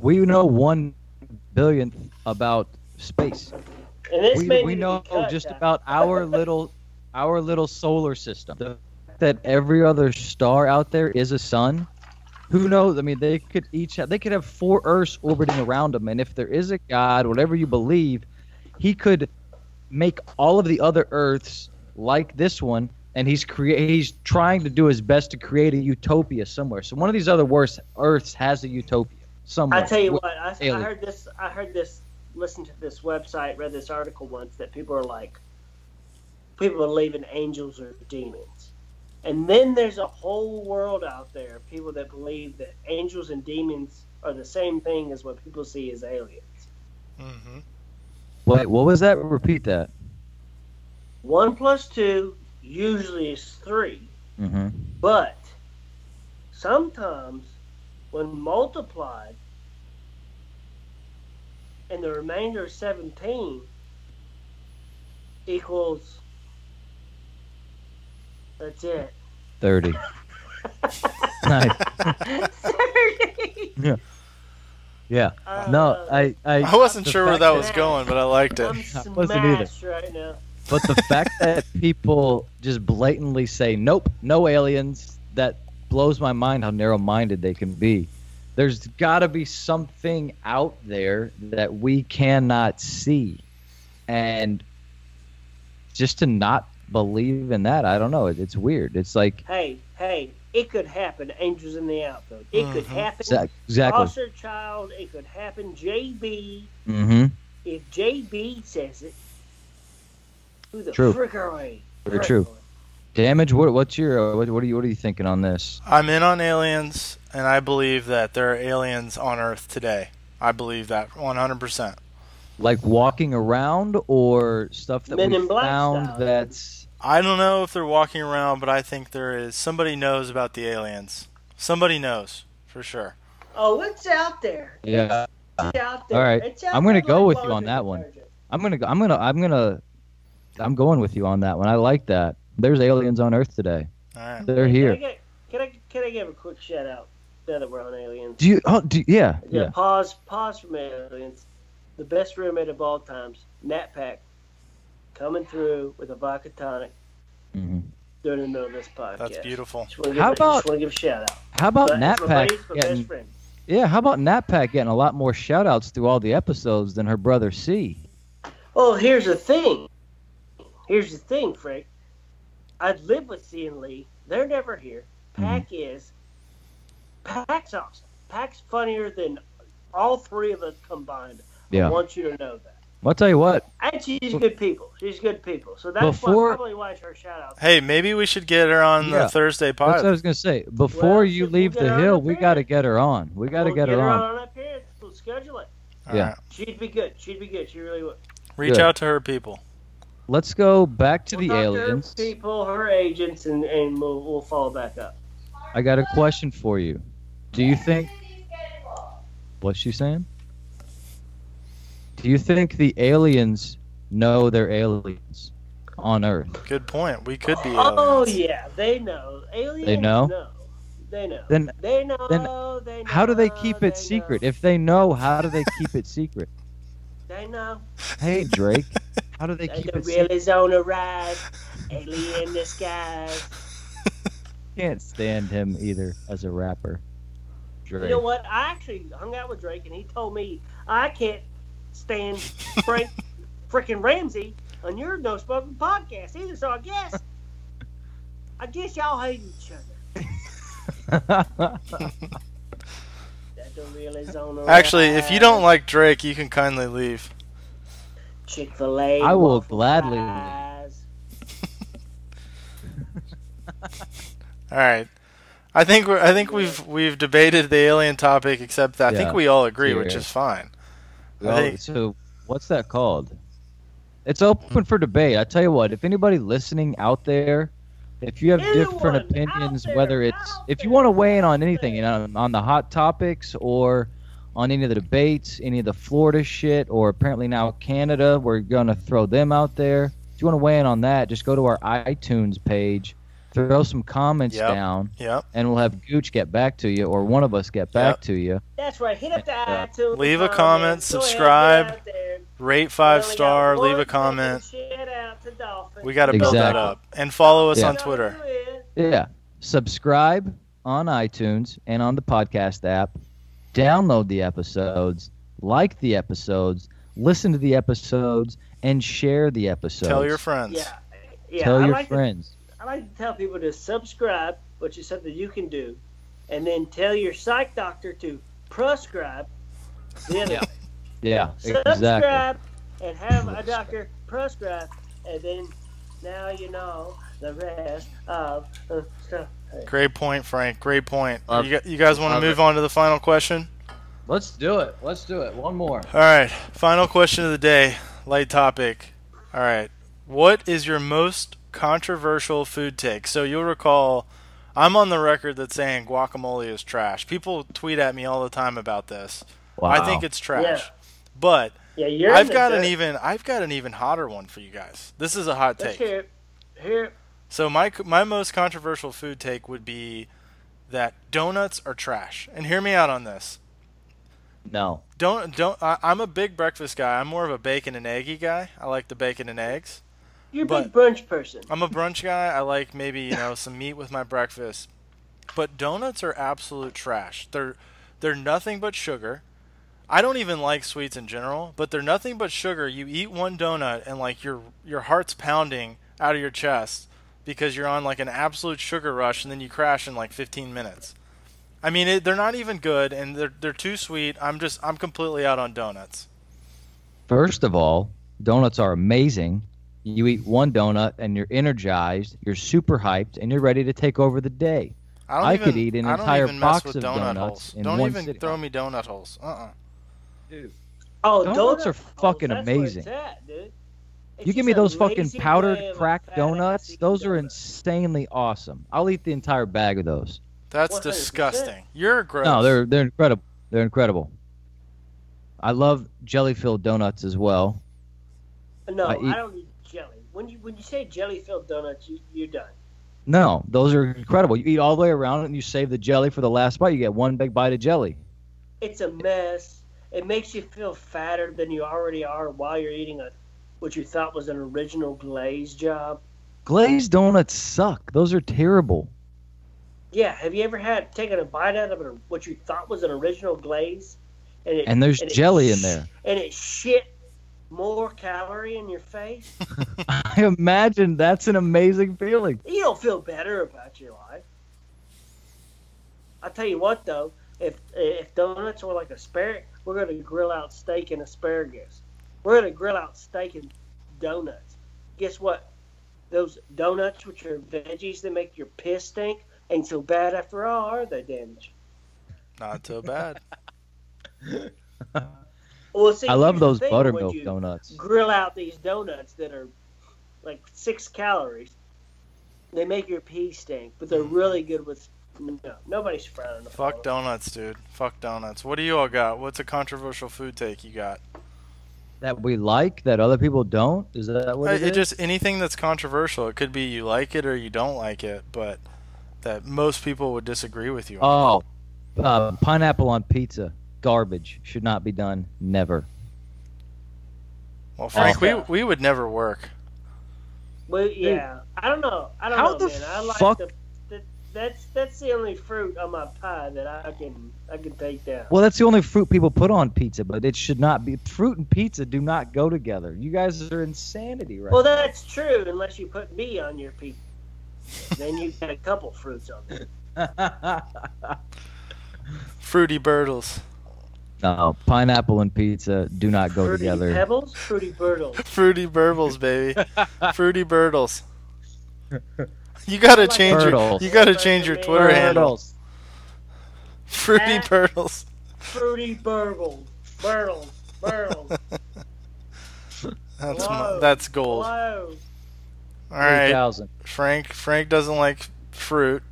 S1: we know one billionth about space.
S3: And this
S1: We,
S3: may
S1: we
S3: need to
S1: know
S3: be cut,
S1: just
S3: Doc.
S1: about our little our little solar system. The fact that every other star out there is a sun. Who knows? I mean, they could each have, they could have four Earths orbiting around them, and if there is a God, whatever you believe, he could make all of the other Earths like this one, and he's crea- he's trying to do his best to create a utopia somewhere. So one of these other worst Earths has a utopia somewhere.
S3: I tell you what, I, I
S1: alien.
S3: heard this. I heard this. Listen to this website. Read this article once that people are like, people believe in angels or demons. And then there's a whole world out there of people that believe that angels and demons are the same thing as what people see as aliens.
S2: Mm-hmm.
S1: Wait, what was that? Repeat that.
S3: One plus two usually is three,
S1: Mm-hmm.
S3: but sometimes when multiplied and the remainder of 17 equals that's it
S1: Thirty. nice. Yeah. No, I, I.
S2: I wasn't
S1: the
S2: sure where
S1: fact
S2: that
S1: that-
S2: was going, but I liked it.
S3: am
S1: I wasn't either.
S3: smashed right now.
S1: But the fact that people just blatantly say, "Nope, no aliens," that blows my mind. How narrow-minded they can be. There's got to be something out there that we cannot see, and just to not believe in that, I don't know. It, it's weird. It's like
S3: Hey, hey, it could happen. Angels in the outfield. It could
S2: Mhm.
S1: Mm-hmm.
S3: happen.
S1: exac- exactly.
S3: Foster child. It could happen. JB.
S1: Mm-hmm.
S3: If JB says it, who the
S1: True.
S3: frick are we?
S1: Very
S3: Frick
S1: true.
S3: are we?
S1: Damage. What, what's your? uh, What, what are you? What are you thinking on this?
S2: I'm in on aliens, and I believe that there are aliens on Earth today. I believe that 100%.
S1: Like walking around or stuff that
S3: Men
S1: we
S3: in Black
S1: found
S3: style.
S1: that's
S2: I don't know if they're walking around, but I think there is. Somebody knows about the aliens. Somebody knows, for sure.
S3: Oh, it's out there.
S1: yeah.
S3: It's out there.
S1: All right.
S3: It's out
S1: I'm gonna
S3: there
S1: go
S3: like
S1: with you on
S3: laundry
S1: that one.
S3: detergent.
S1: I'm gonna go. I'm gonna. I'm gonna. I'm going with you on that one. I like that. There's aliens on Earth today.
S2: All right.
S1: They're
S3: Can I,
S1: here.
S3: get, can I can I give a quick shout out now that we're on aliens?
S1: Do you? Oh, do, yeah,
S3: Yeah.
S1: yeah.
S3: Pause. Pause for aliens. The best roommate of all times, Nat Pack, coming through with a vodka tonic
S1: hmm
S3: during the middle of this podcast.
S2: That's beautiful.
S3: Just wanna give
S1: How
S3: a- just
S1: about-
S3: want to give a shout out?
S1: How about
S3: But
S1: Nat
S3: my
S1: Pack?
S3: buddy's my best
S1: Getting,
S3: friend.
S1: yeah. How about Nat Pack getting a lot more shout outs through all the episodes than her brother C?
S3: Well, Oh, here's the thing. Here's the thing, Frank. I've lived with C and Lee. They're never here.
S1: Hmm.
S3: Pack is. Pack's awesome. Pack's funnier than all three of us combined. I
S1: Yeah. Well,
S3: want you to know that.
S1: I'll tell you what.
S3: And she's good people. She's good people. So that's why
S1: Before-
S3: probably why it's her shout out.
S2: Hey, maybe we should get her on
S1: Yeah.
S2: the Thursday
S1: That's what I
S2: pod.
S1: was gonna say. Before
S3: Well,
S1: you
S3: shoot, we'll
S1: leave
S3: get
S1: the
S3: her on
S1: hill,
S3: the
S1: we
S3: fan.
S1: gotta get her on. We gotta
S3: We'll
S1: get, her, on.
S3: up here. We'll schedule it.
S2: All
S1: yeah.
S2: right.
S3: She'd be good. She'd be good. She really would.
S2: Reach
S1: Good.
S2: out to her people.
S1: Let's go back to
S3: We'll
S1: the
S3: talk
S1: aliens.
S3: her people, her agents, and, and we'll, we'll follow back up.
S1: I got a question for you. Do you think what's she saying? Do you think the aliens know they're aliens on Earth?
S2: Good point. We could be aliens.
S3: Oh yeah, they know. Aliens
S1: They know?
S3: They know.
S1: Then
S3: They know.
S1: then
S3: they know.
S1: how do they keep
S3: they
S1: it secret?
S3: Know.
S1: If they know, how do they keep it secret?
S3: They know.
S1: Hey Drake, how do they
S3: They
S1: keep
S3: the
S1: it
S3: real
S1: secret?
S3: is on the rise. Alien disguise.
S1: Can't stand him either as a rapper.
S3: You
S1: Drake.
S3: know what? I actually hung out with Drake, and he told me I can't stand Frank frickin' Ramsey on your No Smoking podcast either. So I guess, I guess y'all hate each other. That the real is on the
S2: Actually, if you don't like Drake, you can kindly leave.
S3: Chick Fil A,
S1: I will gladly-
S2: All right. I think we're, I think we've we've debated the alien topic, except that I
S1: Yeah.
S2: think we all agree, which
S1: Yeah.
S2: is fine.
S1: Well,
S2: I think-
S1: Oh, so what's that called? It's open for debate. I tell you what, if anybody listening out there, if you have
S3: Anyone
S1: different
S3: out
S1: opinions,
S3: there,
S1: whether it's
S3: out
S1: if you
S3: there,
S1: want to weigh in on
S3: out
S1: anything, you
S3: there.
S1: know, on the hot topics or on any of the debates, any of the Florida shit, or apparently now Canada, we're gonna throw them out there. If you want to weigh in on that, just go to our iTunes page, throw some comments
S2: Yep.
S1: down,
S2: Yep.
S1: and we'll have Gooch get back to you, or one of us get back to you.
S3: That's right. Hit up the
S1: Yeah.
S3: iTunes.
S2: uh, Leave a
S3: comments.
S2: comment,
S3: Go ahead,
S2: subscribe.
S3: get out there. We
S2: Rate five
S3: only
S2: star.
S3: got one
S2: Leave a
S3: freaking
S2: comment.
S3: Shout out to Dolphin.
S2: We got to build that
S1: Exactly.
S2: up and follow us
S1: Yeah.
S2: on Twitter.
S1: Yeah. Subscribe on iTunes and on the podcast app. Download the episodes, like the episodes, listen to the episodes, and share the episodes.
S2: Tell your friends.
S3: Yeah. Yeah.
S1: Tell
S3: I,
S1: your
S3: like to,
S1: friends.
S3: I like to tell people to subscribe, which is something you can do, and then tell your psych doctor to prescribe. The other
S1: Yeah.
S3: way.
S1: Yeah, exactly.
S3: Subscribe and have a doctor prescribe, and then now you know the rest of the stuff.
S2: Great point, Frank. Great point.
S1: Love
S2: you, gu- you guys want
S1: Love
S2: to move
S1: it.
S2: on to the final question?
S1: Let's do it. Let's do it. One more.
S2: All right. Final question of the day. Light topic. All right. What is your most controversial food take? So you'll recall, I'm on the record that saying guacamole is trash. People tweet at me all the time about this.
S1: Wow.
S2: I think it's trash.
S3: Yeah.
S2: But
S3: Yeah, you're. in
S2: I've
S3: the
S2: got an
S3: dirt.
S2: even I've got an even hotter one for you guys. This is a hot
S3: Let's
S2: take.
S3: hear it. Hear it.
S2: So my my most controversial food take would be that donuts are trash. And hear me out on this.
S1: no.
S2: Don't don't. I, I'm a big breakfast guy. I'm more of a bacon and eggy guy. I like the bacon and eggs.
S3: You're a
S2: But-
S3: big brunch person.
S2: I'm a brunch guy. I like maybe you know some meat with my breakfast. But donuts are absolute trash. They're they're nothing but sugar. I don't even like sweets in general, but they're nothing but sugar. You eat one donut and like your your heart's pounding out of your chest because you're on like an absolute sugar rush and then you crash in like 15 minutes. I mean, it, they're not even good and they're they're too sweet. I'm just I'm completely out on donuts.
S1: First of all, donuts are amazing. You eat one donut and you're energized, you're super hyped, and you're ready to take over the day.
S2: I, don't
S1: I
S2: even,
S1: could eat an
S2: I don't
S1: entire
S2: even mess
S1: box
S2: with
S1: of
S2: donut
S1: donuts
S2: holes.
S1: in
S2: don't
S1: one
S2: even
S1: sitting.
S2: throw me donut holes. Uh uh
S3: Oh,
S1: Donuts
S3: donut
S1: are
S3: holes,
S1: fucking
S3: that's where it's
S1: amazing.
S3: at, dude.
S1: You
S3: It's
S1: give
S3: just
S1: me
S3: a
S1: those fucking
S3: lazy way
S1: powdered
S3: of a
S1: crack
S3: fat ass
S1: donuts,
S3: eating
S1: those are
S3: donut.
S1: insanely awesome. I'll eat the entire bag of those.
S2: That's
S3: 100%.
S2: disgusting. You're gross.
S1: No, they're they're incredible. They're incredible. I love jelly filled donuts as well.
S3: No,
S1: I
S3: I,
S1: eat-
S3: don't eat jelly. When you when you say jelly filled donuts, you, you're done.
S1: No, those are incredible. You eat all the way around it and you save the jelly for the last bite. You get one big bite of jelly.
S3: It's a mess. It makes you feel fatter than you already are while you're eating a what you thought was an original glaze job.
S1: Glazed donuts suck. Those are terrible.
S3: Yeah, have you ever had taken a bite out of an, what you thought was an original glaze, it,
S1: And there's
S3: it
S1: jelly in
S3: sh-
S1: there.
S3: and it shit more calorie in your face?
S1: I imagine that's an amazing feeling.
S3: You don't feel better about your life. I tell you what, though, if if donuts were like asparagus, we're gonna grill out steak and asparagus. We're gonna grill out steak and donuts. Guess what? Those donuts, which are veggies that make your piss stink, ain't so bad after all, are they, damage?
S2: Not so bad.
S3: Well, see,
S1: I love
S3: here's the
S1: those
S3: thing,
S1: buttermilk
S3: when you
S1: donuts.
S3: Grill out these donuts that are like six calories. They make your pee stink, but they're really good with. No, nobody's frowning. upon
S2: Fuck
S3: them.
S2: donuts, dude. Fuck donuts. What do you all got? What's a controversial food take you got?
S1: That we like that other people don't? Is that what
S2: Uh,
S1: it
S2: it
S1: is?
S2: just anything that's controversial. It could be you like it or you don't like it, but that most people would disagree with you. on.
S1: Oh, uh, pineapple on pizza. Garbage. Should not be done. Never.
S2: well, Frank, we
S1: Oh.
S3: okay.
S2: we would never work.
S3: Well, yeah, I don't know. I don't
S1: How
S3: know,
S1: the
S3: man. I like
S1: fuck-
S3: the, the that's that's the only fruit on my pie that I can I can take down.
S1: Well, that's the only fruit people put on pizza, but it should not be. Fruit and pizza do not go together. You guys are insanity, right?
S3: Well,
S1: now.
S3: that's true unless you put me on your pizza. then you got a couple fruits on there.
S2: Fruity Birtles.
S1: no, pineapple and pizza do not go
S3: fruity
S1: together.
S3: Pebbles, fruity birdles.
S2: Fruity Burbles, baby. Fruity Birtles. You gotta
S3: Like
S2: change
S1: Birtles.
S2: your you gotta change your Twitter handle.
S1: Turtles.
S2: Fruity
S3: Ah.
S2: Birtles.
S3: fruity birdles, birdles, birdles.
S2: That's
S3: Whoa.
S2: mo- that's gold. All
S3: Hello.
S2: right.
S1: 3000.
S2: Frank Frank doesn't like fruit.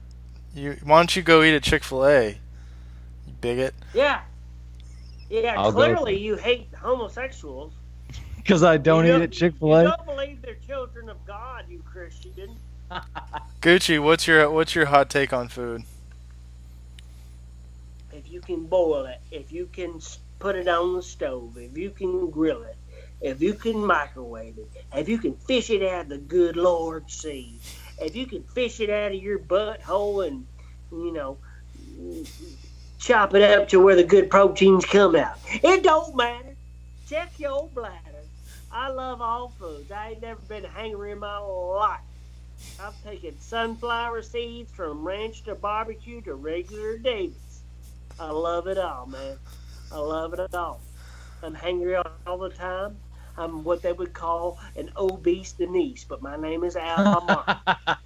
S2: You why don't you go eat at Chick Fil A? You bigot.
S3: Yeah. Yeah,
S1: I'll go
S3: clearly
S1: for-
S3: you hate homosexuals.
S1: Because I don't
S3: You
S1: eat at Chick Fil
S3: You
S1: A.
S3: don't believe they're children of God, you Christian.
S2: Gucci, what's your what's your hot take on food?
S3: if you can boil it, if you can s- put it on the stove, if you can grill it, if you can microwave it, if you can fish it out of the good Lord sea, if you can fish it out of your butthole and, you know, chop it up to where the good proteins come out. It don't matter. Check your bladder. I love all foods. I ain't never been hungry in my life. I've taken sunflower seeds from ranch to barbecue to regular Davis. I love it all, man. I love it all. I'm hungry all the time. I'm what they would call an obese Denise, but my name is Al Lamar.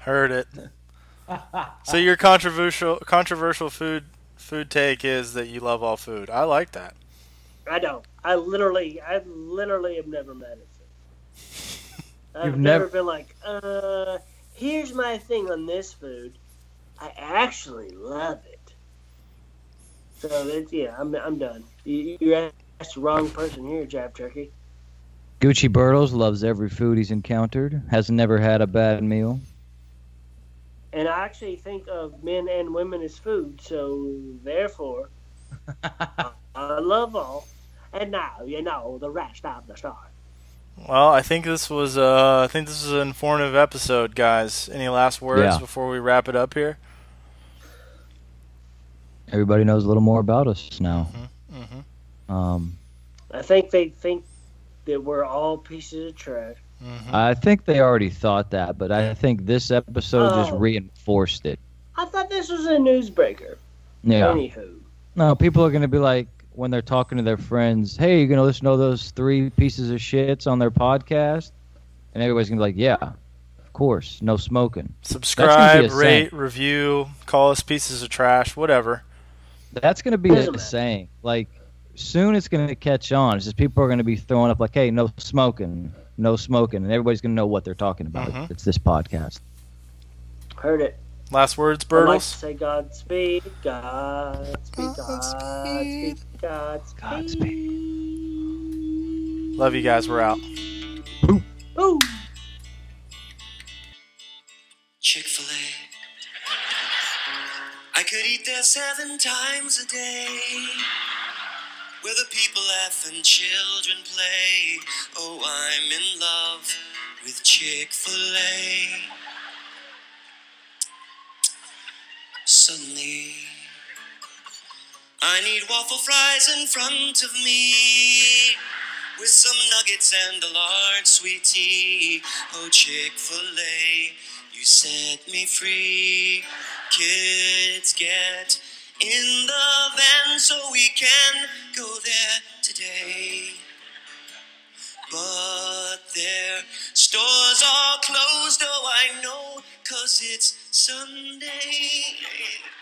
S2: Heard it. so your controversial controversial food food take is that you love all food. I like that.
S3: I don't. I literally, I literally have never met it. I've
S1: You've
S3: never,
S1: never-
S3: been like, uh, here's my thing on this food. I actually love it. So that's yeah, I'm I'm done. You, you asked the wrong person here, Jab Turkey.
S1: Gucci Burles loves every food he's encountered. Has never had a bad meal.
S3: And I actually think of men and women as food, so therefore, I, I love all. And now you know the rest of the story.
S2: Well, I think this was uh, I think this was an informative episode, guys. Any last words
S1: Yeah.
S2: before we wrap it up here?
S1: Everybody knows a little more about us now.
S2: Mm-hmm.
S1: Um,
S3: I think they think that we're all pieces of trash.
S2: Mm-hmm.
S1: I think they already thought that, but I think this episode just
S3: Oh.
S1: reinforced it.
S3: I thought this was a newsbreaker.
S1: Yeah.
S3: Anywho.
S1: No, people are going to be like, when they're talking to their friends, hey, you're going to listen to those three pieces of shits on their podcast? And everybody's going to be like, yeah, of course, no smoking. That's gonna
S2: Subscribe,
S1: be a
S2: rate, review, call us pieces of trash, whatever.
S1: That's going to be
S3: Doesn't
S1: the
S3: matter.
S1: saying. Like, soon it's going to catch on. It's just people are going to be throwing up, like, hey, no smoking, no smoking. And everybody's going to know what they're talking about.
S2: Mhm.
S1: It's this podcast.
S3: Heard it.
S2: Last words,
S3: I'd like to
S2: Bertles.
S3: say Godspeed, Godspeed, Godspeed, Godspeed.
S2: Love you guys. We're out.
S3: Ooh.
S4: Chick fil A. I could eat there seven times a day. Where the people laugh and children play. Oh, I'm in love with Chick fil A. Suddenly, I need waffle fries in front of me. With some nuggets and a large sweet tea. Oh, Chick fil A, you set me free. Kids, get in the van so we can go there today. But their stores are closed, oh, I know, 'cause it's Sunday.